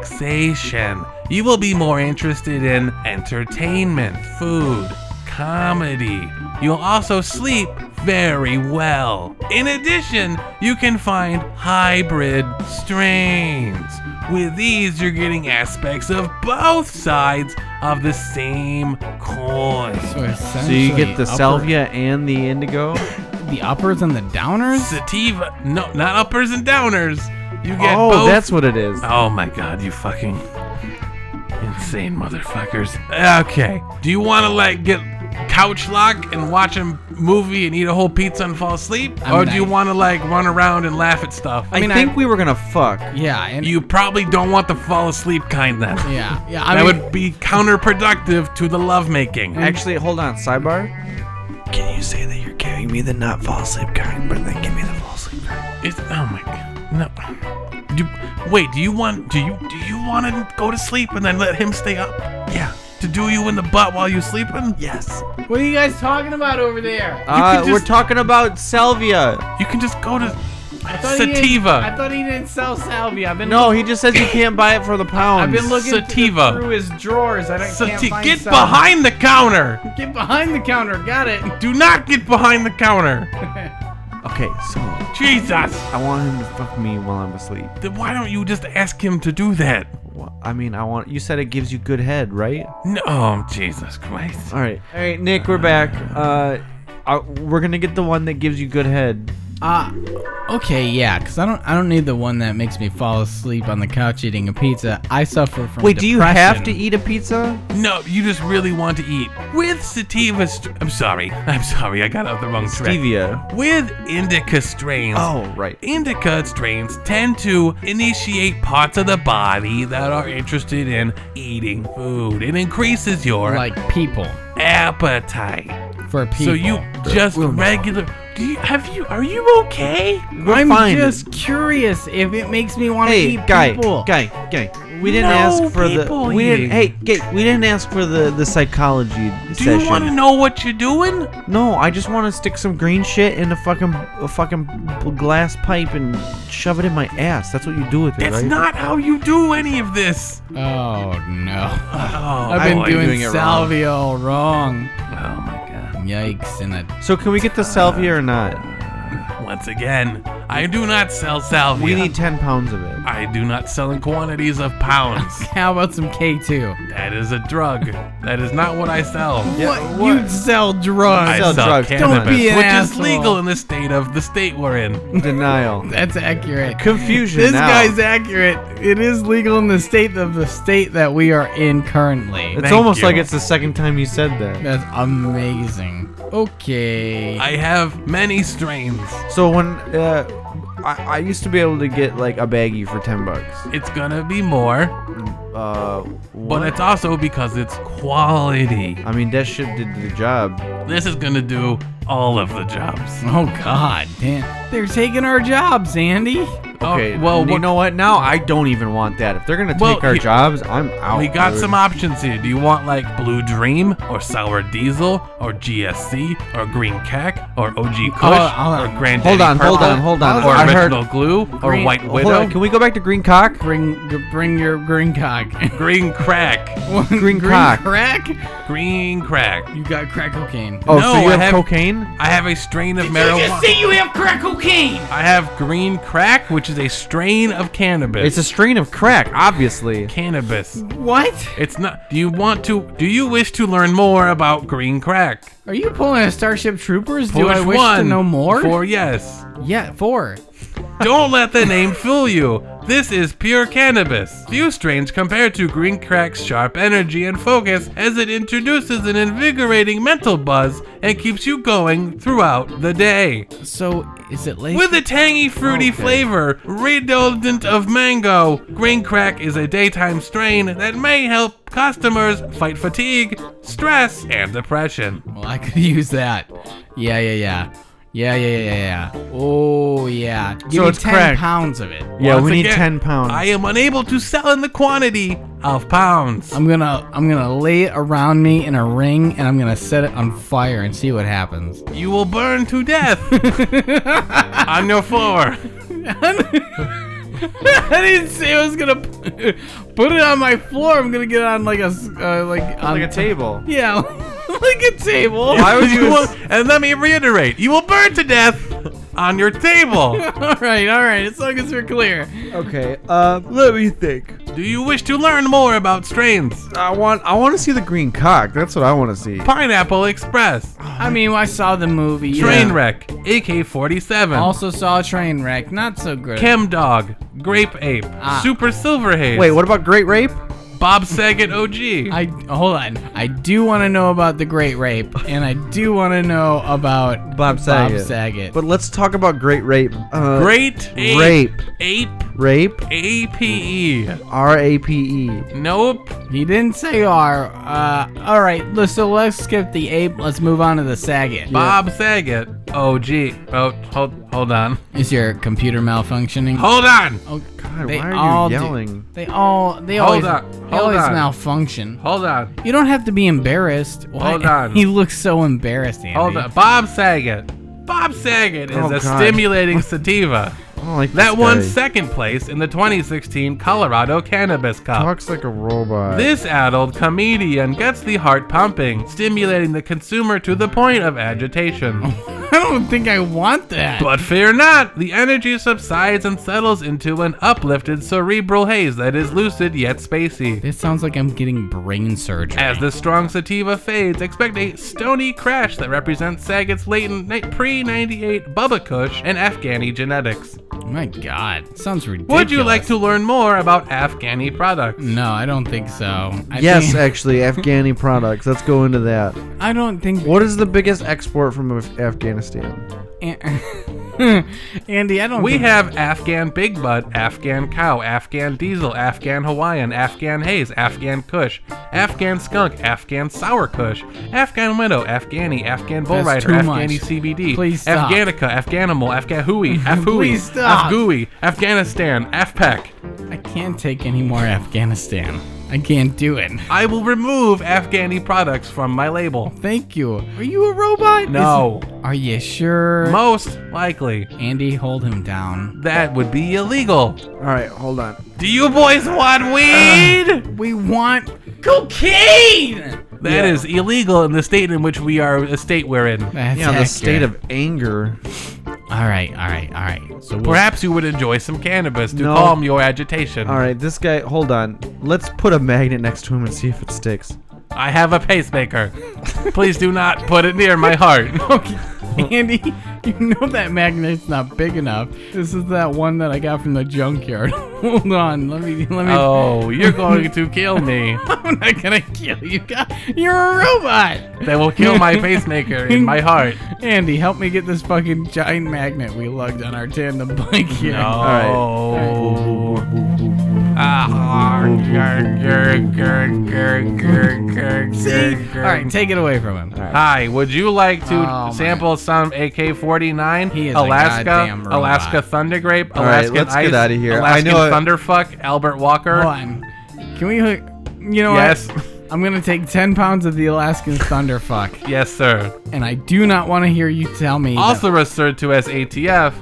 Speaker 1: relaxation. You will be more interested in entertainment, food, comedy. You'll also sleep very well. In addition, you can find hybrid strains. With these, you're getting aspects of both sides of the same coin.
Speaker 3: So,
Speaker 2: So
Speaker 3: essentially
Speaker 2: you get the
Speaker 3: upper-
Speaker 2: salvia and the indigo.
Speaker 3: The uppers and the downers?
Speaker 1: Sativa, no, not uppers and downers. You get
Speaker 2: oh,
Speaker 1: both
Speaker 2: that's what it is.
Speaker 1: Oh my god, you fucking insane motherfuckers. Okay. Do you want to like get couch lock and watch a movie and eat a whole pizza and fall asleep
Speaker 3: I
Speaker 1: or
Speaker 3: mean,
Speaker 1: do you
Speaker 3: I-
Speaker 1: want to like run around and laugh at stuff?
Speaker 2: I,
Speaker 3: mean,
Speaker 2: think
Speaker 3: I- Mm.
Speaker 2: we were gonna fuck.
Speaker 3: Yeah. And
Speaker 1: you probably don't want the fall asleep kind then.
Speaker 3: Yeah. Yeah.
Speaker 1: that
Speaker 3: I mean,
Speaker 1: would be counterproductive to the lovemaking.
Speaker 2: Actually, hold on. Sidebar.
Speaker 6: Can you say that you're giving me the not fall asleep kind, but then give me the fall asleep kind?
Speaker 1: It's, oh my god. No. Do, wait, do you want do you do you want to go to sleep and then let him stay up
Speaker 6: Yeah.
Speaker 1: to do you in the butt while you're sleeping?
Speaker 6: Yes.
Speaker 3: what are you guys talking about over there?
Speaker 2: Uh,
Speaker 1: could
Speaker 2: We're
Speaker 1: just-
Speaker 2: talking about salvia.
Speaker 1: You can just go to
Speaker 3: I thought he didn't-
Speaker 1: Sativa.
Speaker 3: I thought he didn't sell salvia. I've been
Speaker 2: No, he just says you can't buy it for the pound.
Speaker 3: I've been looking
Speaker 1: Sativa.
Speaker 3: through his drawers. I don't, can't
Speaker 1: Sati-
Speaker 3: find
Speaker 1: get
Speaker 3: salvia.
Speaker 1: behind the counter.
Speaker 3: Get behind the counter. Got it.
Speaker 1: Do not get behind the counter.
Speaker 2: Okay, so
Speaker 1: Jesus.
Speaker 2: I want him to fuck me while I'm asleep.
Speaker 1: Then why don't you just ask him to do that?
Speaker 2: Wha- I mean, I want. You said it gives you good head, right?
Speaker 1: No, oh, Jesus Christ.
Speaker 2: All right, all right, Nick, we're back. Uh, I, we're gonna get the one that gives you good head.
Speaker 3: Uh, okay, yeah, because I don't, I don't need the one that makes me fall asleep on the couch eating a pizza. I suffer from.
Speaker 2: Wait, do you have to
Speaker 3: depression.
Speaker 2: eat a pizza?
Speaker 1: No, you just really want to eat with sativa. St- I'm sorry. I'm sorry. I got out the wrong track.
Speaker 2: Stevia.
Speaker 1: With indica strains.
Speaker 2: Oh, right.
Speaker 1: Indica strains tend to initiate parts of the body that are interested in eating food. It increases your
Speaker 3: like people
Speaker 1: appetite.
Speaker 3: for people?
Speaker 1: So you just regular. Do you have you? Are you okay?
Speaker 3: I'm
Speaker 2: fine.
Speaker 3: just curious if it makes me want to
Speaker 2: Hey,
Speaker 3: eat
Speaker 2: guy,
Speaker 3: people.
Speaker 2: guy, guy. We didn't
Speaker 1: No
Speaker 2: ask for
Speaker 1: people
Speaker 2: the. We didn't,
Speaker 1: eating.
Speaker 2: hey, gay, we didn't ask for the the psychology
Speaker 1: Do
Speaker 2: session.
Speaker 1: you want to know what you're doing?
Speaker 2: No, I just want to stick some green shit in a fucking a fucking glass pipe and shove it in my ass. That's what you do with it,
Speaker 1: That's
Speaker 2: right?
Speaker 1: not how you do any of this.
Speaker 3: Oh no!
Speaker 1: Oh,
Speaker 3: I've been
Speaker 1: boy.
Speaker 3: doing,
Speaker 2: doing it wrong.
Speaker 3: salvia all wrong.
Speaker 1: Oh my
Speaker 3: Yikes! And I,
Speaker 2: so can we get the salvia or not?
Speaker 1: god. Once again, I do not sell salvia.
Speaker 2: We need 10 pounds of it.
Speaker 1: I do not sell in quantities of
Speaker 2: [laughs]
Speaker 1: pounds.
Speaker 3: how about some K two?
Speaker 1: that is a drug. That is not what I sell.
Speaker 3: what? You sell drugs?
Speaker 1: I
Speaker 2: sell drugs. Don't
Speaker 1: cannabis,
Speaker 3: be an
Speaker 1: which is
Speaker 3: asshole.
Speaker 1: legal in the state of the state we're
Speaker 2: [laughs]
Speaker 1: in.
Speaker 2: Denial.
Speaker 3: That's accurate.
Speaker 2: Confusion
Speaker 3: This
Speaker 2: now.
Speaker 3: guy's accurate. It is legal in the state of the state that we are in currently.
Speaker 2: It's
Speaker 1: Thank
Speaker 2: almost
Speaker 1: you.
Speaker 2: like it's the second time you said that.
Speaker 3: That's amazing. Okay.
Speaker 1: I have many strains.
Speaker 2: So when uh, I, I used to be able to get like a baggie for 10 bucks.
Speaker 1: It's gonna be more,
Speaker 2: Uh,
Speaker 1: but
Speaker 2: what?
Speaker 1: it's also because it's quality.
Speaker 2: I mean, that shit did the job.
Speaker 1: This is gonna do all of the jobs.
Speaker 3: oh God, damn! They're taking our jobs, Andy.
Speaker 1: Oh,
Speaker 2: Okay.
Speaker 1: well,
Speaker 2: well, you
Speaker 1: what-
Speaker 2: know what? Now I don't even want that. If they're gonna take
Speaker 1: Well,
Speaker 2: our
Speaker 1: he-
Speaker 2: jobs, I'm out.
Speaker 1: We got
Speaker 2: dude.
Speaker 1: some options here. Do you want like Blue Dream or Sour Diesel or GSC or Green Cack or OG Kush
Speaker 3: Hold on,
Speaker 1: or Grand
Speaker 2: Hold on, hold on, hold on.
Speaker 1: or
Speaker 2: I heard-
Speaker 1: Original Glue or
Speaker 3: Green-
Speaker 1: White
Speaker 2: Hold on,
Speaker 1: Widow?
Speaker 2: can we go back to green cock?
Speaker 3: Bring, bring your green [laughs] cock.
Speaker 1: Green Crack.
Speaker 2: Green cock.
Speaker 3: crack.
Speaker 1: Green Crack.
Speaker 3: You got crack cocaine.
Speaker 2: Oh,
Speaker 1: No,
Speaker 2: so you
Speaker 1: I
Speaker 2: have
Speaker 1: have-
Speaker 2: cocaine?
Speaker 1: I have a strain of
Speaker 3: You just
Speaker 1: marijuana.
Speaker 3: say you have crack cocaine.
Speaker 1: I have Green Crack, which is a strain of cannabis.
Speaker 2: It's a strain of crack, obviously.
Speaker 1: cannabis.
Speaker 3: What?
Speaker 1: It's not. Do you want to? Do you wish to learn more about Green Crack?
Speaker 3: Are you pulling a Starship Troopers? Do
Speaker 1: Push
Speaker 3: I wish
Speaker 1: one
Speaker 3: to know more?
Speaker 1: For yes.
Speaker 3: Yeah, four.
Speaker 1: Don't let the name fool you. This is pure cannabis. Few strains compared to Green Crack's sharp energy and focus as it introduces an invigorating mental buzz and keeps you going throughout the day.
Speaker 3: So is it late?
Speaker 1: With a tangy, fruity flavor, redolent of mango, Green Crack is a daytime strain that may help customers fight fatigue, stress, and depression.
Speaker 3: Well, I could [laughs] use that. Yeah, yeah, yeah. Yeah, yeah, yeah, yeah, yeah. Oh, yeah. Give me
Speaker 2: it's
Speaker 3: 10
Speaker 2: crack.
Speaker 3: pounds of it.
Speaker 2: Yeah,
Speaker 1: Once
Speaker 2: we need
Speaker 1: again,
Speaker 2: 10 pounds.
Speaker 1: I am unable to sell in the quantity of pounds.
Speaker 3: I'm gonna I'm gonna lay it around me in a ring and I'm gonna set it on fire and see what happens. [laughs]
Speaker 1: You will burn to
Speaker 2: [laughs]
Speaker 1: death on your floor.
Speaker 3: I didn't say I was gonna [laughs] p- put it on my floor. I'm gonna get it on like a s- uh, like on
Speaker 2: like
Speaker 1: [laughs]
Speaker 2: a table.
Speaker 3: [laughs] Yeah, like a table.
Speaker 2: Why would you?
Speaker 1: You will, and let me reiterate: you will burn to death on your table.
Speaker 3: [laughs] all right, all right. As long as we're clear.
Speaker 2: Okay. Uh, let me think.
Speaker 1: Do you wish to learn more about strains?
Speaker 2: I want. I want to see the green cock. That's what I want to see.
Speaker 1: Pineapple Express,
Speaker 2: Ah,
Speaker 3: I mean, I saw the movie. yeah.
Speaker 1: Trainwreck, AK-47,
Speaker 3: Also saw train wreck. Not so good.
Speaker 1: Chem Dog, Grape Ape,
Speaker 3: Ah.
Speaker 1: Super Silver Haze.
Speaker 2: Wait, what about great rape?
Speaker 1: Bob Saget OG.
Speaker 3: [laughs] I hold on. I do want to know about the Great Rape, and I do want to know about
Speaker 2: Bob
Speaker 3: Bob
Speaker 2: Saget.
Speaker 3: Saget.
Speaker 2: But let's talk about great rape. Uh,
Speaker 1: Great Ape,
Speaker 2: Rape.
Speaker 1: Ape,
Speaker 2: Rape.
Speaker 1: APE.
Speaker 2: R A P E.
Speaker 1: Nope.
Speaker 3: he didn't say R. Uh, all right, let's- so let's skip the ape. Let's move on to the Saget.
Speaker 1: Bob Saget OG. Oh, hold, hold on.
Speaker 3: Is your computer malfunctioning?
Speaker 1: Hold on.
Speaker 3: Oh,
Speaker 2: God,
Speaker 3: They
Speaker 2: why
Speaker 3: all
Speaker 2: are
Speaker 3: do.
Speaker 2: you yelling?
Speaker 3: they all they
Speaker 1: Hold
Speaker 3: always
Speaker 1: on,
Speaker 3: they
Speaker 1: hold
Speaker 3: always
Speaker 1: on.
Speaker 3: malfunction.
Speaker 1: Hold on.
Speaker 3: You don't have to be embarrassed. Why-
Speaker 1: Hold on.
Speaker 3: [laughs] He looks so embarrassed, Andy.
Speaker 1: Hold on. Bob Saget. Bob Saget is
Speaker 2: Oh,
Speaker 1: a
Speaker 2: God. [laughs]
Speaker 1: stimulating sativa.
Speaker 2: don't like
Speaker 1: That
Speaker 2: this
Speaker 1: won
Speaker 2: guy.
Speaker 1: second place in the 2016 Colorado Cannabis Cup.
Speaker 2: Talks like a robot.
Speaker 1: This addled comedian gets the heart pumping, stimulating the consumer to the point of agitation.
Speaker 3: I don't think I want that.
Speaker 1: But fear not, the energy subsides and settles into an uplifted cerebral haze that is lucid yet spacey.
Speaker 3: this sounds like I'm getting brain surgery.
Speaker 1: As the strong sativa fades, expect a stony crash that represents Saget's latent pre 98 Bubba Kush and Afghani genetics.
Speaker 3: My God, sounds ridiculous.
Speaker 1: Would you like to learn more about Afghani products?
Speaker 3: No, I don't think so. I [laughs]
Speaker 2: yes,
Speaker 3: think-
Speaker 2: actually, Afghani products. Let's go into that.
Speaker 3: I don't think.
Speaker 2: What is the biggest export from Af- Afghanistan?
Speaker 3: [laughs] Andy, I don't.
Speaker 1: We
Speaker 3: think-
Speaker 1: have Afghan Big Butt, Afghan Cow, Afghan Diesel, Afghan Hawaiian, Afghan Haze, Afghan Kush, Afghan Skunk, Afghan Sour Kush, Afghan Widow, Afghani, Afghan Bull
Speaker 3: That's
Speaker 1: Rider,
Speaker 3: too much.
Speaker 1: Afghani CBD,
Speaker 3: Please stop.
Speaker 1: Afghanica, Afghanimal,
Speaker 3: [laughs]
Speaker 1: Afghahui, Afhui,
Speaker 3: Please stop.
Speaker 1: Afgui, Afghanistan, Afpak.
Speaker 3: I can't take any more Afghanistan. I can't do it.
Speaker 1: I will remove Afghani products from my label.
Speaker 3: Thank you. Are you a robot?
Speaker 1: No.
Speaker 3: Is- are you sure?
Speaker 1: Most likely,
Speaker 3: Andy, hold him down.
Speaker 1: that would be illegal.
Speaker 2: All right, hold on.
Speaker 1: Do you boys want
Speaker 3: [laughs]
Speaker 1: weed?
Speaker 3: We want cocaine.
Speaker 1: That is illegal in the state in which we are, a state we're in.
Speaker 3: That's
Speaker 2: Yeah, the
Speaker 3: accurate.
Speaker 2: state of anger.
Speaker 3: All right, all right, all right. So we'll,
Speaker 1: Perhaps you would enjoy some cannabis to
Speaker 2: No.
Speaker 1: calm your agitation.
Speaker 2: All right, this guy. Hold on. Let's put a magnet next to him and see if it sticks.
Speaker 1: I have a pacemaker. Please do not put it near my
Speaker 2: [laughs]
Speaker 1: heart.
Speaker 3: Okay, [laughs] Andy, you know that magnet's not big enough. This is that one that I got from the junkyard. [laughs] Hold on, let me let me.
Speaker 1: Oh, you're going to kill me.
Speaker 3: [laughs] I'm not gonna kill you, guy. You're a robot.
Speaker 1: That will kill my pacemaker in my
Speaker 2: [laughs]
Speaker 1: heart.
Speaker 3: Andy, help me get this fucking giant magnet we lugged on our tandem bike here.
Speaker 1: No.
Speaker 2: right.
Speaker 1: Oh. Ah, grr, grr, grr, grr, grr, grr, grr, grr.
Speaker 3: All right, take it away from him. All right.
Speaker 1: Hi, would you like to
Speaker 3: Oh, my.
Speaker 1: sample some AK-49,
Speaker 3: He is a
Speaker 1: Alaska,
Speaker 3: goddamn robot.
Speaker 1: Alaska Thunder Grape,
Speaker 2: right,
Speaker 1: Alaskan
Speaker 2: let's
Speaker 1: Ice,
Speaker 2: get outta here. I
Speaker 1: Alaskan
Speaker 2: know it-
Speaker 1: Thunderfuck, Albert Walker?
Speaker 3: Hold on. Can we hook? You know
Speaker 1: Yes,
Speaker 3: what? I'm gonna take 10 pounds of the Alaskan Thunderfuck,
Speaker 1: yes, sir.
Speaker 3: and I do not want to hear you tell me. that-
Speaker 1: also referred to as ATF,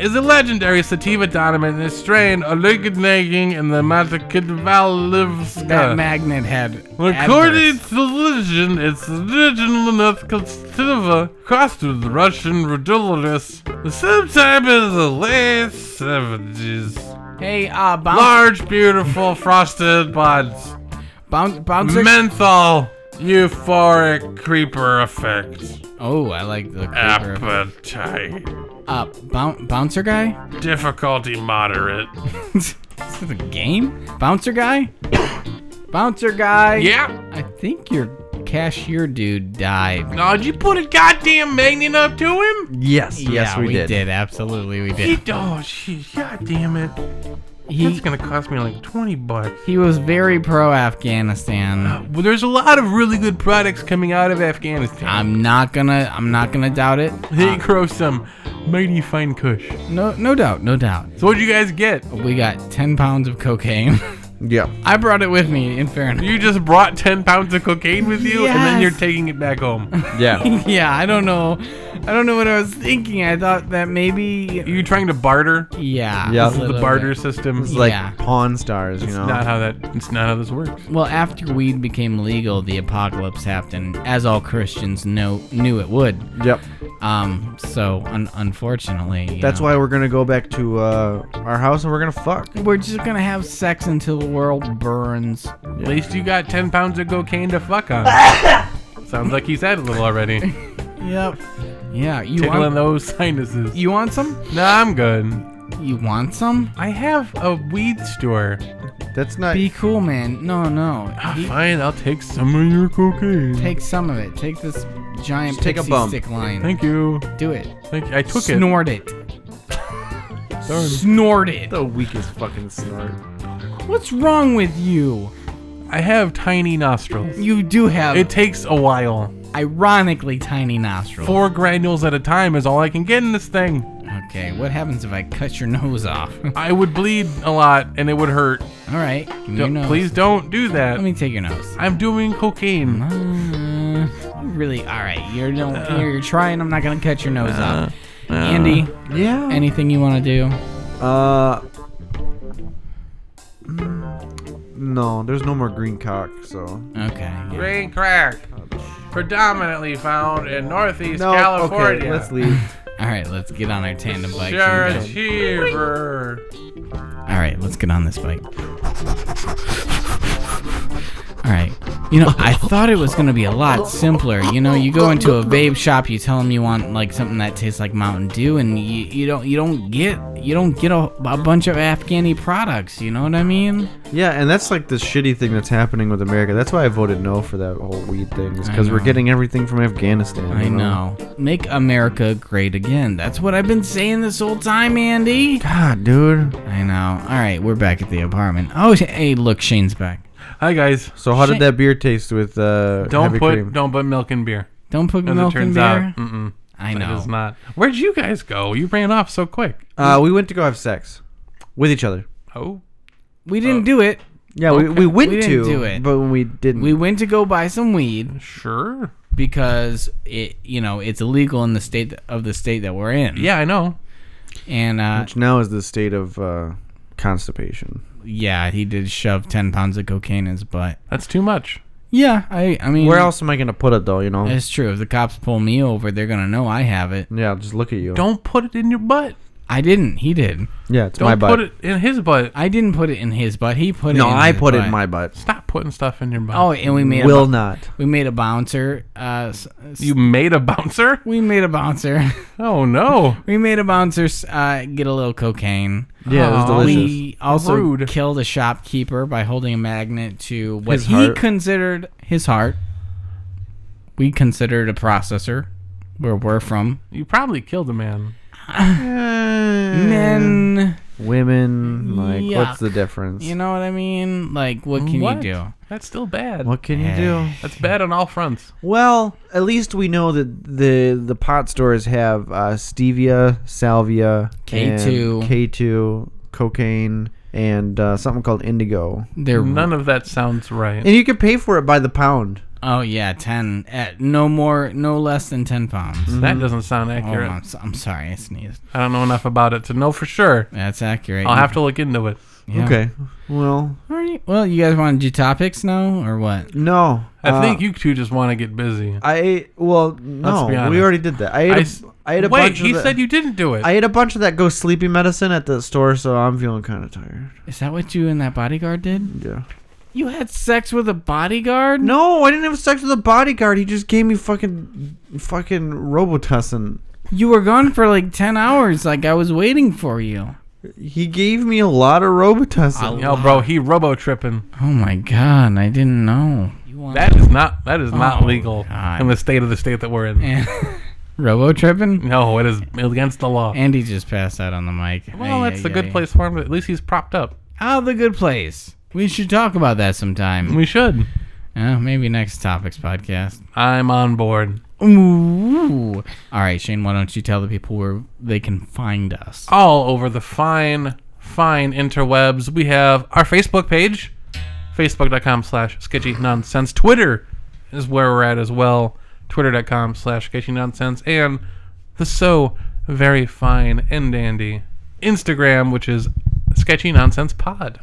Speaker 1: is a legendary sativa dominant in the strain originating in the
Speaker 3: that
Speaker 1: Matakidvalivska.
Speaker 3: magnet had
Speaker 1: According
Speaker 3: adverse-
Speaker 1: to legend, its original North sativa crossed with Russian Rudolus sometime in the late 70s.
Speaker 3: Hey, uh, bounce,
Speaker 1: Large, beautiful, frosted buds.
Speaker 3: bounce, bouncer.
Speaker 1: Menthol. Euphoric creeper effect.
Speaker 3: oh, I like the
Speaker 1: Ah,
Speaker 3: creeper.
Speaker 1: Appetite.
Speaker 3: uh, boun- bouncer guy. [laughs]
Speaker 1: Difficulty moderate.
Speaker 3: is this a game? Bouncer guy. [coughs] bouncer guy.
Speaker 1: Yeah.
Speaker 3: I think your cashier dude died.
Speaker 1: No, did you put a goddamn magnet up to him?
Speaker 2: Yes, yes,
Speaker 3: yeah,
Speaker 2: we,
Speaker 3: did. Absolutely, we
Speaker 1: He,
Speaker 3: did.
Speaker 1: oh, shit, god damn it. That's
Speaker 3: He
Speaker 1: gonna cost me like 20 bucks.
Speaker 3: he was very pro Afghanistan.
Speaker 1: Well, there's a lot of really good products coming out of Afghanistan.
Speaker 3: I'm not gonna I'm not gonna doubt it.
Speaker 1: they grow some mighty fine kush.
Speaker 3: No, no doubt, no doubt.
Speaker 1: So what'd you guys get?
Speaker 3: We got 10 pounds of cocaine. [laughs]
Speaker 2: Yeah.
Speaker 3: I brought it with me, in fairness.
Speaker 1: You just brought 10 pounds of cocaine with you, and then
Speaker 3: Yes.
Speaker 1: you're taking it back home.
Speaker 3: [laughs]
Speaker 2: Yeah.
Speaker 3: yeah, I don't know. I don't know what I was thinking. I thought that maybe.
Speaker 1: Are you trying to barter?
Speaker 3: Yeah.
Speaker 2: Yeah.
Speaker 3: a
Speaker 2: This is the
Speaker 1: The
Speaker 3: little
Speaker 1: barter
Speaker 3: bit.
Speaker 1: system.
Speaker 2: [laughs] It's like
Speaker 3: Yeah.
Speaker 2: Pawn Stars, you know.
Speaker 1: Not how that. It's not how this works.
Speaker 3: Well, after weed became legal, the apocalypse happened, as all Christians know knew it would.
Speaker 2: yep.
Speaker 3: Um, so un- unfortunately, you
Speaker 2: That's
Speaker 3: know,
Speaker 2: why we're gonna go back to uh, our house and we're gonna fuck.
Speaker 3: we're just gonna have sex until the world burns.
Speaker 1: At least you got 10 pounds of cocaine to fuck
Speaker 3: [laughs]
Speaker 1: on. Sounds like he's had a little [laughs] already.
Speaker 3: Yep. Yeah. You
Speaker 1: Tickling
Speaker 3: want?
Speaker 1: those sinuses.
Speaker 3: You want some?
Speaker 1: Nah, I'm good.
Speaker 3: You want some?
Speaker 1: I have a weed store.
Speaker 2: That's not.
Speaker 3: Be cool, man. No, no. He-
Speaker 1: Ah, Fine, I'll take some of your cocaine.
Speaker 3: take some of it. Take this giant
Speaker 2: Just take a
Speaker 3: pixie
Speaker 2: bump.
Speaker 3: stick line.
Speaker 1: Thank you.
Speaker 3: Do it.
Speaker 1: Thank you. I took
Speaker 3: Snort it.
Speaker 1: it. [laughs] Darn.
Speaker 3: Snort it.
Speaker 2: the weakest fucking snort.
Speaker 3: What's wrong with you?
Speaker 1: I have tiny nostrils.
Speaker 3: You do have
Speaker 1: It takes a while.
Speaker 3: ironically tiny nostrils.
Speaker 1: Four granules at a time is all I can get in this thing.
Speaker 3: okay, what happens if I cut your [laughs] nose off?
Speaker 1: I would bleed a lot and it would hurt.
Speaker 3: All right, give me your
Speaker 1: Don't-
Speaker 3: nose.
Speaker 1: please Uh. don't do
Speaker 3: let
Speaker 1: that.
Speaker 3: me take your nose.
Speaker 1: I'm doing cocaine.
Speaker 3: Uh, really? All right, you're
Speaker 1: Uh.
Speaker 3: don't, you're trying. I'm not gonna cut your nose off. Andy,
Speaker 2: Yeah.
Speaker 3: anything you want to do?
Speaker 2: Uh. mm, No, there's no more green cock, so.
Speaker 3: Okay. yeah.
Speaker 1: Green crack. Predominantly found in Northeast
Speaker 2: No,
Speaker 1: California.
Speaker 2: okay, let's leave.
Speaker 3: All right, let's get on our tandem bikes.
Speaker 1: Sure
Speaker 3: and go.
Speaker 1: achiever.
Speaker 3: All right, let's get on this bike. All right. You know, I thought it was going to be a lot simpler. You know, you go into a vape shop, you tell them you want like something that tastes like Mountain Dew and you, you don't you don't get you don't get a, a bunch of Afghani products, you know what I mean?
Speaker 2: yeah, and that's like the shitty thing that's happening with America. That's why I voted no for that whole weed thing,
Speaker 3: I
Speaker 2: because we're
Speaker 3: know.
Speaker 2: getting everything from Afghanistan.
Speaker 3: I
Speaker 1: Uh-huh.
Speaker 2: you
Speaker 3: know. Make America great again. That's what I've been saying this whole time, Andy.
Speaker 2: God, dude.
Speaker 3: I know. All right, we're back at the apartment. Oh, hey, look, Shane's back.
Speaker 1: Hi guys.
Speaker 2: So how
Speaker 3: Shit.
Speaker 2: did that beer taste with uh?
Speaker 1: Don't
Speaker 2: heavy
Speaker 1: put
Speaker 2: cream?
Speaker 1: don't put milk in beer.
Speaker 3: Don't put
Speaker 1: As
Speaker 3: milk
Speaker 1: it turns
Speaker 3: in beer.
Speaker 1: out. Mm-mm.
Speaker 3: I
Speaker 1: It
Speaker 3: know.
Speaker 1: is not. Where'd you guys go? You ran off so quick.
Speaker 2: Uh, we went to go have sex with each other.
Speaker 1: Oh.
Speaker 3: We didn't do it.
Speaker 2: Yeah, we, we went
Speaker 3: We
Speaker 2: to,
Speaker 3: didn't do it.
Speaker 2: but when we didn't,
Speaker 3: We went to go buy some weed
Speaker 1: Sure.
Speaker 3: because it, you know, it's illegal in the state of the state that we're in.
Speaker 1: Yeah, I know.
Speaker 3: And uh,
Speaker 2: which now is the state of uh, constipation.
Speaker 3: yeah, he did shove ten pounds of cocaine in his butt.
Speaker 1: That's too much.
Speaker 3: Yeah, I, I mean,
Speaker 2: Where else am I gonna put it though? You know.
Speaker 3: It's true. If the cops pull me over, they're gonna know I have it.
Speaker 2: yeah, just look at you.
Speaker 1: Don't put it in your butt.
Speaker 3: I didn't. He did.
Speaker 2: Yeah, it's
Speaker 1: Don't
Speaker 2: my
Speaker 1: put
Speaker 2: butt.
Speaker 1: it in his butt.
Speaker 3: I didn't put it in his butt. He put it.
Speaker 2: no,
Speaker 3: in
Speaker 2: I
Speaker 3: his
Speaker 2: put it
Speaker 3: butt.
Speaker 2: in my butt.
Speaker 1: Stop putting stuff in your butt.
Speaker 3: Oh, and we made a,
Speaker 2: Will
Speaker 3: bou-
Speaker 2: not.
Speaker 3: we made a bouncer. Uh, s- s-
Speaker 1: you made a
Speaker 2: [laughs]
Speaker 1: bouncer?
Speaker 3: we made a bouncer. [laughs]
Speaker 1: Oh no.
Speaker 3: we made a bouncer s- uh, get a little cocaine.
Speaker 2: Yeah, it was
Speaker 1: Aw.
Speaker 2: delicious.
Speaker 3: Oh, We also
Speaker 1: Rude.
Speaker 3: killed a shopkeeper by holding a magnet to what
Speaker 2: His
Speaker 3: he
Speaker 2: heart.
Speaker 3: considered his heart. We considered a processor where we're from.
Speaker 1: You probably killed a man.
Speaker 3: Men,
Speaker 2: Women, like, what's the
Speaker 3: Yuck.
Speaker 2: difference?
Speaker 3: you know what I mean? Like, what can
Speaker 1: What?
Speaker 3: you do?
Speaker 1: That's still bad.
Speaker 2: what can you do?
Speaker 1: That's bad on all fronts.
Speaker 2: Well, at least we know that the the pot stores have uh, stevia, salvia,
Speaker 3: K2.
Speaker 2: K two, cocaine, and uh, something called indigo.
Speaker 3: They're
Speaker 1: None of that sounds right.
Speaker 2: And you can pay for it by the pound.
Speaker 3: oh yeah, ten. At no more, no less than ten pounds.
Speaker 1: That doesn't sound
Speaker 3: Oh,
Speaker 1: Mm, accurate.
Speaker 3: I'm, so- I'm sorry, I sneezed.
Speaker 1: I don't know enough about it to know for sure.
Speaker 3: That's accurate.
Speaker 1: I'll have to look into it.
Speaker 3: Yeah.
Speaker 2: Okay. Well,
Speaker 3: All right. Well, you guys want to do topics now or what?
Speaker 2: no.
Speaker 1: I
Speaker 2: uh,
Speaker 1: think you two just want to get busy.
Speaker 2: I ate. Well, no.
Speaker 1: be honest.
Speaker 2: We already did that. I ate.
Speaker 1: I
Speaker 2: a-
Speaker 1: s-
Speaker 2: I ate a
Speaker 1: Wait,
Speaker 2: bunch.
Speaker 1: he
Speaker 2: of the-
Speaker 1: said you didn't do it.
Speaker 2: I ate a bunch of that go sleepy medicine at the store, so I'm feeling kind of tired.
Speaker 3: Is that what you and that bodyguard did?
Speaker 2: Yeah.
Speaker 3: You had sex with a bodyguard?
Speaker 2: No, I didn't have sex with a bodyguard. He just gave me fucking, fucking Robitussin.
Speaker 3: You were gone for like 10 hours. Like, I was waiting for you.
Speaker 2: He gave me a lot of Robitussin.
Speaker 1: no, bro, he robo tripping.
Speaker 3: Oh my god, I didn't know. You want
Speaker 1: [laughs] That is not that is not
Speaker 3: Oh,
Speaker 1: legal
Speaker 3: God.
Speaker 1: in the state of the state that we're in.
Speaker 3: Robo tripping?
Speaker 1: No, it is against the law.
Speaker 3: Andy just passed out on the mic.
Speaker 1: Well,
Speaker 3: Ay,
Speaker 1: that's
Speaker 3: ay,
Speaker 1: the good
Speaker 3: ay.
Speaker 1: place for him. At least he's propped up.
Speaker 3: Oh, the good place. We should talk about that sometime.
Speaker 1: We should.
Speaker 3: Uh, maybe next topics podcast.
Speaker 1: I'm on board.
Speaker 3: Ooh. All right, Shane, why don't you tell the people where they can find us?
Speaker 1: all over the fine, fine interwebs. We have our Facebook page, facebook.com slash sketchy nonsense. Twitter is where we're at as well, twitter.com slash sketchy nonsense. And the so very fine and dandy Instagram, which is sketchy nonsense pod.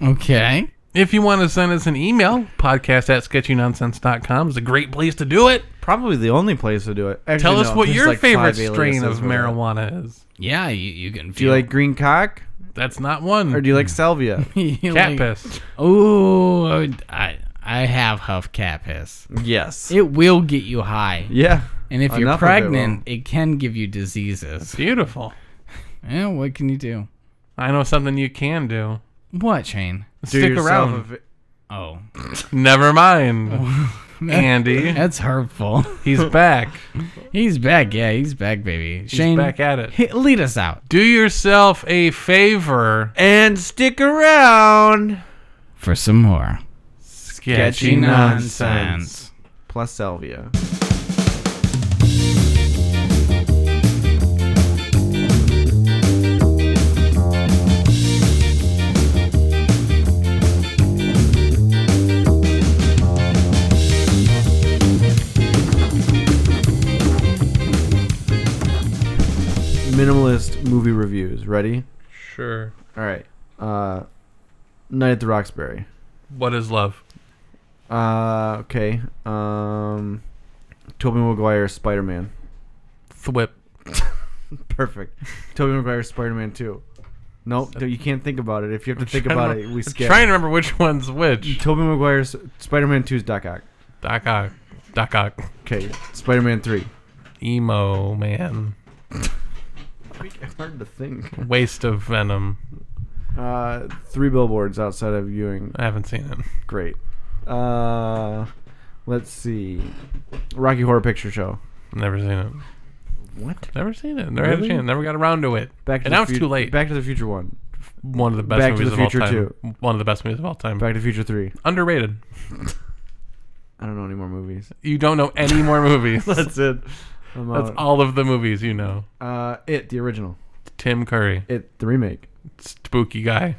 Speaker 3: Okay.
Speaker 1: If you want to send us an email, podcast at sketchynonsense.com is a great place to do it.
Speaker 2: Probably the only place to do it. Actually,
Speaker 1: Tell us
Speaker 2: no,
Speaker 1: what
Speaker 2: there's
Speaker 1: your
Speaker 2: like
Speaker 1: favorite
Speaker 2: five aliases
Speaker 1: strain of
Speaker 2: for that.
Speaker 1: marijuana is.
Speaker 3: Yeah, you, you can
Speaker 2: Do you
Speaker 3: feel
Speaker 2: like green cock
Speaker 1: That's not one.
Speaker 2: or do you like salvia?
Speaker 3: [laughs] you
Speaker 1: cat
Speaker 3: like-
Speaker 1: piss?
Speaker 3: Ooh, I would- I I have huff cat piss.
Speaker 2: [laughs] yes.
Speaker 3: It will get you high,
Speaker 2: Yeah.
Speaker 3: and if you're
Speaker 2: Enough of it
Speaker 3: pregnant, it, can give you diseases.
Speaker 1: Beautiful.
Speaker 3: Yeah, what can you do?
Speaker 1: I know something you can do.
Speaker 3: What Shane?
Speaker 2: Do
Speaker 1: Stick
Speaker 2: yourself
Speaker 1: around.
Speaker 2: a fa-
Speaker 3: Oh,
Speaker 1: Never mind.
Speaker 2: [laughs]
Speaker 1: Andy,
Speaker 3: that's hurtful. [laughs]
Speaker 1: he's back.
Speaker 3: he's back. Yeah, he's back, baby. Shane,
Speaker 1: back at it.
Speaker 3: hi- lead us out
Speaker 1: Do yourself a favor.
Speaker 2: and stick around.
Speaker 3: for some more
Speaker 1: Sketchy
Speaker 2: nonsense. Plus salvia. Minimalist movie reviews. Ready?
Speaker 1: Sure.
Speaker 2: All right. Uh, Night at the Roxbury.
Speaker 1: What is love?
Speaker 2: Uh, okay. Um, Tobey Maguire Spider Man.
Speaker 1: Thwip.
Speaker 2: [laughs] Perfect. Tobey Maguire Spider Man Two. Nope,
Speaker 1: So-
Speaker 2: th- you can't think about it. If you have to think
Speaker 1: Trying to
Speaker 2: about
Speaker 1: rem-
Speaker 2: it, we
Speaker 1: I'm
Speaker 2: skip.
Speaker 1: Trying to remember which one's which.
Speaker 2: [laughs] Tobey Maguire's Spider Man 2's Doc Ock.
Speaker 1: Doc Ock. Doc Ock.
Speaker 2: Okay, Spider Man 3.
Speaker 1: Emo man.
Speaker 2: Hard to think.
Speaker 1: Waste of venom.
Speaker 2: Uh, three billboards outside of Ewing.
Speaker 1: I haven't seen it.
Speaker 2: Great. Uh, let's see. Rocky Horror Picture Show.
Speaker 1: Never seen it.
Speaker 2: What?
Speaker 1: Never seen it. Never had a
Speaker 2: Really?
Speaker 1: chance. Never got around to it.
Speaker 2: Back to
Speaker 1: and
Speaker 2: the
Speaker 1: now it's
Speaker 2: Fut-
Speaker 1: too late.
Speaker 2: Back to the Future 1.
Speaker 1: One of the best
Speaker 2: Back to
Speaker 1: movies
Speaker 2: the
Speaker 1: of all
Speaker 2: Future
Speaker 1: time.
Speaker 2: too.
Speaker 1: One of the best movies of all time.
Speaker 2: Back to the Future 3.
Speaker 1: Underrated.
Speaker 2: I don't know any more movies.
Speaker 1: You don't know any more
Speaker 2: [laughs]
Speaker 1: movies. That's,
Speaker 2: That's it. I'm out.
Speaker 1: all of the movies you know.
Speaker 2: Uh, it, the original.
Speaker 1: Tim Curry.
Speaker 2: It, the remake.
Speaker 1: Spooky guy.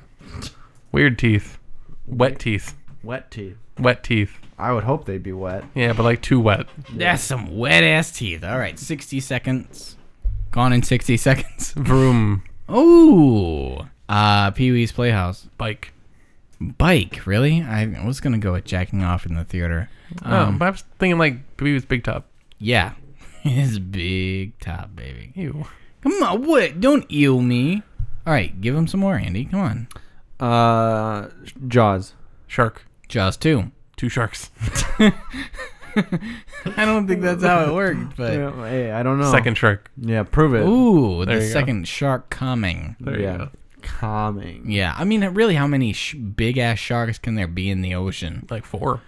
Speaker 1: Weird teeth. Wet teeth.
Speaker 2: Wet teeth.
Speaker 1: Wet teeth.
Speaker 2: I would hope they'd be wet.
Speaker 1: Yeah, but like too wet.
Speaker 3: That's some wet ass teeth. All right, 60 seconds. Gone in 60 [laughs] seconds.
Speaker 1: Vroom.
Speaker 3: Ooh. Uh, Pee Wee's Playhouse.
Speaker 1: Bike.
Speaker 3: Bike, really? I was going to go with jacking off in the theater.
Speaker 1: Oh,
Speaker 3: Um,
Speaker 1: but I was thinking like Pee Wee's Big Top.
Speaker 3: yeah. [laughs] His big top, baby.
Speaker 1: Ew.
Speaker 3: Come on, what? Don't eel me. All right, give him some more, Andy. Come on.
Speaker 2: Uh, Jaws.
Speaker 1: Shark.
Speaker 3: Jaws 2.
Speaker 1: Two sharks.
Speaker 3: I don't think that's how it [laughs] worked, but.
Speaker 2: Yeah, hey, I don't know.
Speaker 1: Second shark.
Speaker 2: Yeah, prove it.
Speaker 3: Ooh,
Speaker 1: There
Speaker 3: the
Speaker 1: you go.
Speaker 3: second shark coming.
Speaker 1: There
Speaker 2: yeah.
Speaker 1: you go.
Speaker 2: Calming.
Speaker 3: Yeah, I mean, really, how many sh- big ass sharks can there be in the ocean?
Speaker 1: Like
Speaker 2: [laughs]
Speaker 1: four.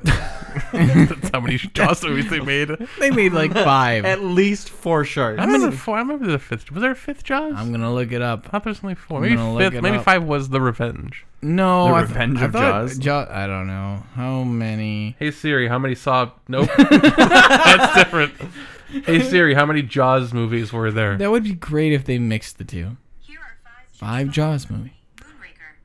Speaker 1: [laughs] That's how many Jaws movies they made.
Speaker 3: They made like [laughs] five.
Speaker 2: At least four sharks.
Speaker 1: I remember four. I remember the fifth. Was there a fifth Jaws?
Speaker 3: I'm gonna look it
Speaker 1: I
Speaker 3: up.
Speaker 1: thought there was only four.
Speaker 3: I'm
Speaker 1: Maybe
Speaker 3: gonna look
Speaker 1: fifth.
Speaker 3: it
Speaker 1: Maybe
Speaker 3: up.
Speaker 1: five was the revenge.
Speaker 3: No,
Speaker 2: The
Speaker 3: Oh, I th-
Speaker 2: Revenge
Speaker 3: I
Speaker 2: of
Speaker 3: thought [laughs]
Speaker 2: Jaws?
Speaker 3: Jaw- I don't know how many.
Speaker 1: Hey Siri, how many saw?
Speaker 3: [laughs]
Speaker 1: Nope. That's different. Hey Siri, how many Jaws movies were there?
Speaker 3: That would be great if they mixed the two.
Speaker 7: Here are five,
Speaker 3: Five Jaws movie.
Speaker 7: Moonraker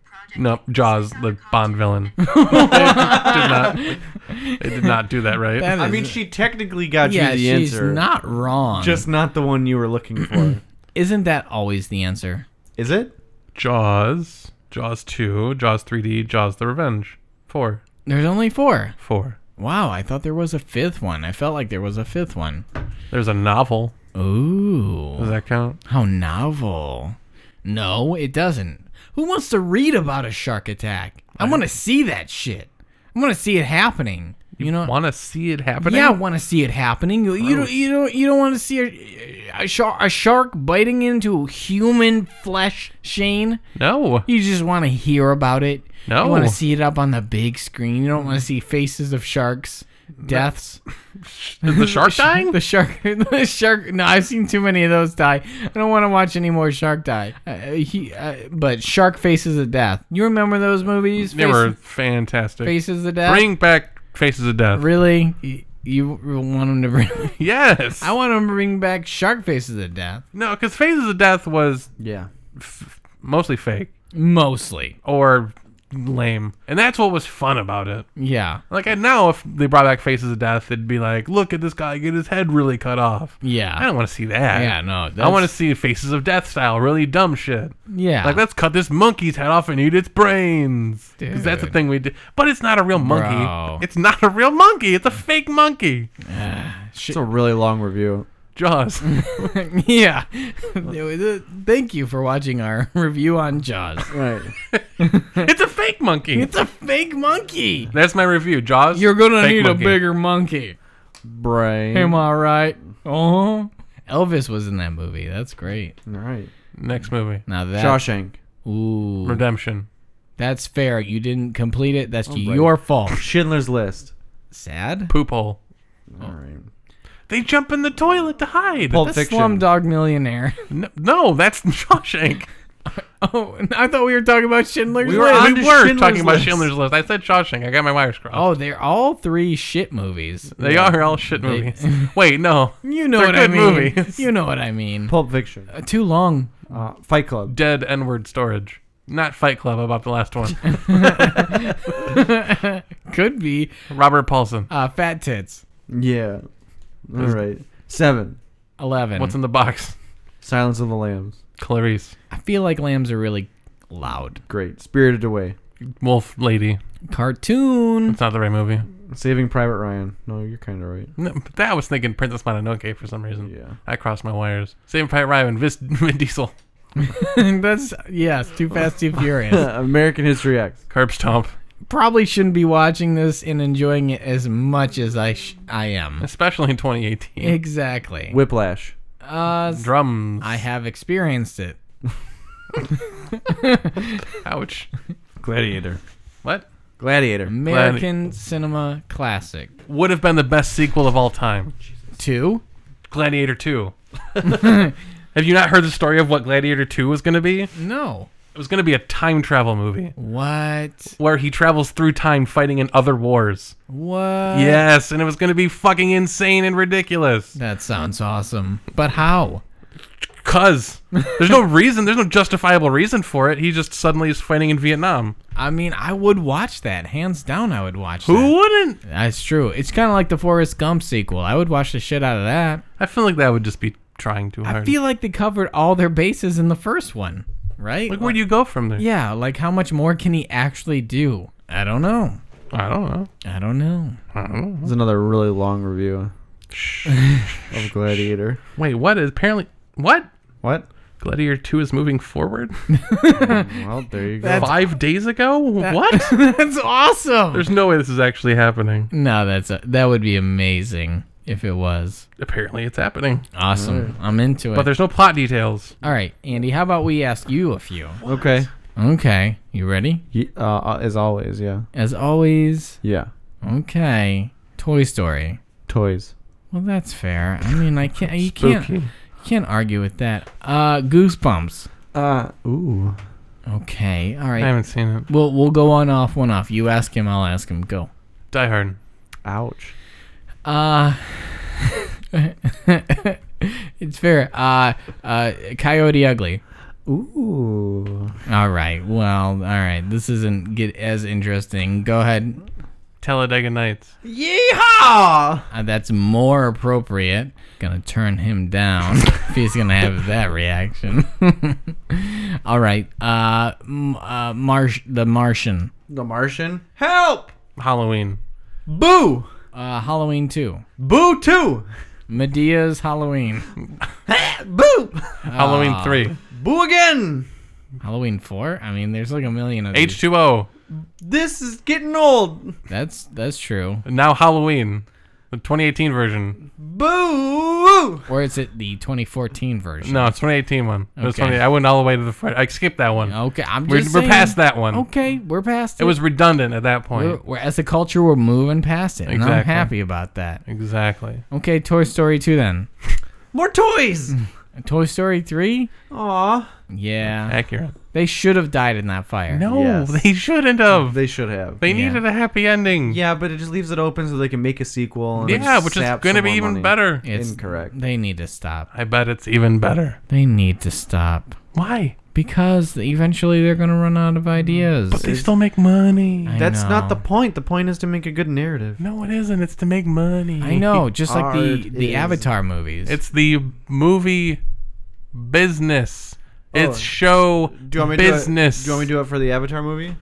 Speaker 7: project.
Speaker 1: No, Jaws, the Bond
Speaker 3: [laughs]
Speaker 1: villain. they did not. They did not do that right.
Speaker 3: That
Speaker 2: I
Speaker 3: is-
Speaker 2: mean, she technically got
Speaker 3: yeah,
Speaker 2: you the
Speaker 3: she's
Speaker 2: answer.
Speaker 3: not wrong.
Speaker 2: Just not the one you were looking for.
Speaker 3: isn't that always the answer?
Speaker 2: Is it?
Speaker 1: Jaws, Jaws two, Jaws 3D, Jaws the Revenge. Four,
Speaker 3: There's only four.
Speaker 1: four.
Speaker 3: Wow, I thought there was a fifth one. I felt like there was a fifth one.
Speaker 1: There's a novel.
Speaker 3: Ooh.
Speaker 1: Does that count?
Speaker 3: How novel. No, it doesn't. Who wants to read about a shark attack? I want to see that shit. I want to see it happening. You know?
Speaker 1: Want to see it happening?
Speaker 3: yeah, I want to see it happening. You, you don't you don't you don't want to see a, a shark a shark biting into human flesh, Shane.
Speaker 1: No.
Speaker 3: You just want to hear about it.
Speaker 1: No.
Speaker 3: You want to see it up on the big screen. You don't want to see faces of sharks, deaths.
Speaker 1: Is the
Speaker 3: [laughs]
Speaker 1: shark dying?
Speaker 3: The shark, the shark. No, I've seen too many of those die. I don't want to watch any more shark die. Uh, he, uh, but shark faces of death. You remember those movies?
Speaker 1: They
Speaker 3: Face-
Speaker 1: were fantastic.
Speaker 3: faces of death.
Speaker 1: Bring back Faces of Death.
Speaker 3: really? You, you want him
Speaker 1: [laughs]
Speaker 3: to bring? [laughs]
Speaker 1: Yes.
Speaker 3: I want him to bring back shark faces of death.
Speaker 1: no, because Faces of Death was
Speaker 2: Yeah.
Speaker 1: mostly fake
Speaker 3: Mostly,
Speaker 1: or lame, and that's what was fun about it.
Speaker 3: yeah,
Speaker 1: Like and now, if they brought back Faces of Death, it'd be like, look at this guy get his head really cut off.
Speaker 3: yeah,
Speaker 1: I don't want to see that.
Speaker 3: yeah. No,
Speaker 1: I want to
Speaker 3: that's-
Speaker 1: see Faces of Death style, really dumb shit.
Speaker 3: Yeah,
Speaker 1: Like, let's cut this monkey's head off and eat its brains. Because that's the
Speaker 3: Dude.
Speaker 1: thing we did. But it's not a real monkey.
Speaker 3: Bro.
Speaker 1: It's not a real monkey. It's a fake monkey.
Speaker 2: It's a really long review.
Speaker 3: [laughs]
Speaker 1: Jaws.
Speaker 3: [laughs] yeah. [laughs] Thank you for watching our [laughs] review on Jaws.
Speaker 2: Right.
Speaker 1: it's a fake monkey.
Speaker 3: It's a fake monkey.
Speaker 1: That's my review, Jaws.
Speaker 3: You're gonna
Speaker 1: fake
Speaker 3: need
Speaker 1: monkey.
Speaker 3: a bigger monkey.
Speaker 2: [laughs] Brain.
Speaker 3: Am I right? Uh huh. Elvis was in that movie. That's great.
Speaker 2: All right.
Speaker 1: Next movie.
Speaker 3: Now that
Speaker 2: Shawshank.
Speaker 3: ooh,
Speaker 1: Redemption.
Speaker 3: that's fair. You didn't complete it. That's
Speaker 2: right.
Speaker 3: your fault.
Speaker 2: Schindler's List.
Speaker 3: Sad.
Speaker 1: Poop hole.
Speaker 2: All right.
Speaker 1: They jump in the toilet to hide.
Speaker 2: Pulp
Speaker 3: That's
Speaker 2: Fiction.
Speaker 3: Slumdog Millionaire. [laughs]
Speaker 1: N- no, that's [laughs] Shawshank.
Speaker 3: Oh, I thought we were talking about Schindler's
Speaker 2: We were
Speaker 3: List.
Speaker 2: on-
Speaker 1: we
Speaker 2: to
Speaker 1: were
Speaker 2: Schindler's
Speaker 1: talking about
Speaker 2: List.
Speaker 1: Schindler's List. I said Shawshank. I got my wires crossed.
Speaker 3: Oh, they're all three shit movies.
Speaker 1: they are all shit movies. [laughs] Wait, no.
Speaker 3: You know
Speaker 1: They're
Speaker 3: what I
Speaker 1: good
Speaker 3: mean.
Speaker 1: movies.
Speaker 3: You know what I mean.
Speaker 2: Pulp Fiction.
Speaker 3: Uh, too long.
Speaker 2: Uh, Fight Club.
Speaker 1: Dead N word storage. Not Fight Club about the last [laughs] one.
Speaker 3: Could be
Speaker 1: Robert Paulson.
Speaker 3: uh, fat tits.
Speaker 2: Yeah. All right. Seven.
Speaker 3: Eleven.
Speaker 1: Mm. What's in the box?
Speaker 2: Silence of the Lambs.
Speaker 1: Clarice,
Speaker 3: I feel like lambs are really loud.
Speaker 2: Great. Spirited Away.
Speaker 1: Wolf Lady.
Speaker 3: Cartoon. [laughs]
Speaker 1: It's not the right movie.
Speaker 2: Saving Private Ryan. No, you're kind of right.
Speaker 1: No, but that I was thinking Princess Mononoke for some reason.
Speaker 2: Yeah. [laughs]
Speaker 1: I crossed my wires. Same Private Ryan, Vis- [laughs] Vin Diesel,
Speaker 3: That's yes, too fast, too furious.
Speaker 2: American History X.
Speaker 1: Curb Stomp.
Speaker 3: Probably shouldn't be watching this and enjoying it as much as I sh-
Speaker 1: [laughs]
Speaker 3: I am.
Speaker 1: Especially in 2018.
Speaker 3: Exactly.
Speaker 2: Whiplash.
Speaker 3: Uh, s-
Speaker 1: Drums.
Speaker 3: I have experienced it.
Speaker 1: Ouch.
Speaker 2: Gladiator.
Speaker 1: What?
Speaker 2: Gladiator.
Speaker 3: American cinema classic.
Speaker 1: Would have been the best sequel of all time.
Speaker 3: Two.
Speaker 1: Gladiator
Speaker 3: [laughs]
Speaker 1: 2. have you not heard the story of what Gladiator 2 was going to be? It
Speaker 3: No.
Speaker 1: was going to be a time travel movie
Speaker 3: What?
Speaker 1: where he travels through time fighting in other wars.
Speaker 3: What?
Speaker 1: yes, and it was going to be fucking insane and ridiculous.
Speaker 3: That sounds awesome. But how?
Speaker 1: Cuz there's no reason, there's no justifiable reason for it. He just suddenly is fighting in Vietnam.
Speaker 3: I mean, I would watch that. Hands down, I would watch
Speaker 1: Who
Speaker 3: that.
Speaker 1: wouldn't?
Speaker 3: That's true. It's kind of like the Forrest Gump sequel. I would watch the shit out of that.
Speaker 1: I feel like that would just be trying too hard.
Speaker 3: I feel like they covered all their bases in the first one, right?
Speaker 1: like where'd you go from there?
Speaker 3: yeah, like how much more can he actually do? I don't know.
Speaker 1: I don't know.
Speaker 3: I don't know.
Speaker 2: This is another really long [laughs] review of Gladiator.
Speaker 1: Wait, what is apparently what?
Speaker 2: What?
Speaker 1: Gladiator 2 is moving forward?
Speaker 2: Well, there you go.
Speaker 1: Five days ago? [laughs] what?
Speaker 3: [laughs] that's awesome.
Speaker 1: There's no way this is actually happening.
Speaker 3: no, that's uh, that would be amazing if it was.
Speaker 1: Apparently, it's happening.
Speaker 3: Awesome. I'm into it.
Speaker 1: But there's no plot details.
Speaker 3: all right, Andy, how about we ask you a few?
Speaker 2: Okay.
Speaker 3: Okay, you ready?
Speaker 2: Ye- uh, uh, as always, yeah.
Speaker 3: As always,
Speaker 2: Yeah.
Speaker 3: okay. Toy Story.
Speaker 2: Toys.
Speaker 3: Well, that's fair. I mean, I can't. You can't. You can't argue with that. Uh, Goosebumps.
Speaker 2: Uh, ooh.
Speaker 3: Okay. All
Speaker 1: I
Speaker 3: right.
Speaker 1: haven't seen it.
Speaker 3: We'll we'll go on off one off. You ask him, I'll ask him. Go.
Speaker 1: Die Hard.
Speaker 2: Ouch.
Speaker 3: Uh [laughs] It's fair. Uh uh Coyote Ugly.
Speaker 2: Ooh.
Speaker 3: All right. Well, all right. This isn't get as interesting. Go ahead.
Speaker 1: Talladega Nights.
Speaker 2: Yeehaw!
Speaker 3: Uh, that's more appropriate. Gonna turn him down [laughs] if he's gonna have that reaction. [laughs] all right. Uh, m- uh Marsh the Martian.
Speaker 2: The Martian. Help!
Speaker 1: Halloween.
Speaker 2: Boo!
Speaker 3: Uh Halloween 2.
Speaker 2: Boo too!
Speaker 3: Medea's Halloween.
Speaker 2: Boo!
Speaker 3: Ah,
Speaker 1: Halloween 3.
Speaker 2: Boo again!
Speaker 3: Halloween 4? I mean, there's like a million of these.
Speaker 1: H2O.
Speaker 2: This is getting old.
Speaker 3: That's that's true.
Speaker 1: Now Halloween. The 2018 version.
Speaker 2: Boo!
Speaker 3: Or is it the 2014 version?
Speaker 1: No, it's 2018 one. It was
Speaker 3: Okay.
Speaker 1: 20, I went all the way to the front. I skipped that one.
Speaker 3: Okay, I'm
Speaker 1: we're,
Speaker 3: just
Speaker 1: we're
Speaker 3: saying-
Speaker 1: past that one.
Speaker 3: Okay, we're past it.
Speaker 1: It was redundant at that point.
Speaker 3: We're, we're- as a culture, we're moving past it, and I'm
Speaker 1: Exactly.
Speaker 3: happy about that.
Speaker 1: exactly.
Speaker 3: Okay, Toy Story 2 then.
Speaker 1: [laughs]
Speaker 2: More toys!
Speaker 3: Toy Story 3?
Speaker 2: Aw.
Speaker 3: Yeah.
Speaker 1: Accurate.
Speaker 3: They should have died in that fire.
Speaker 1: No,
Speaker 2: Yes.
Speaker 1: they shouldn't have. They,
Speaker 2: They should have.
Speaker 3: Yeah.
Speaker 1: needed a happy ending.
Speaker 2: Yeah, but it just leaves it open so they can make a sequel. And
Speaker 1: Yeah, which is going to be even better.
Speaker 3: It's,
Speaker 2: Incorrect.
Speaker 3: They need to stop.
Speaker 1: I bet it's even better.
Speaker 3: They need to stop.
Speaker 1: Why?
Speaker 3: Because eventually they're going to run out of ideas.
Speaker 1: But they still make money.
Speaker 3: I
Speaker 2: That's not the
Speaker 3: know.
Speaker 2: point. The point is to make a good narrative.
Speaker 1: No, it isn't. It's to make money.
Speaker 3: I know, just like the,
Speaker 2: Art
Speaker 3: the
Speaker 2: is-
Speaker 3: Avatar movies.
Speaker 1: It's the movie business. It's show
Speaker 2: Do you want me to do it-
Speaker 1: business.
Speaker 2: do you want me to do it for the Avatar movie?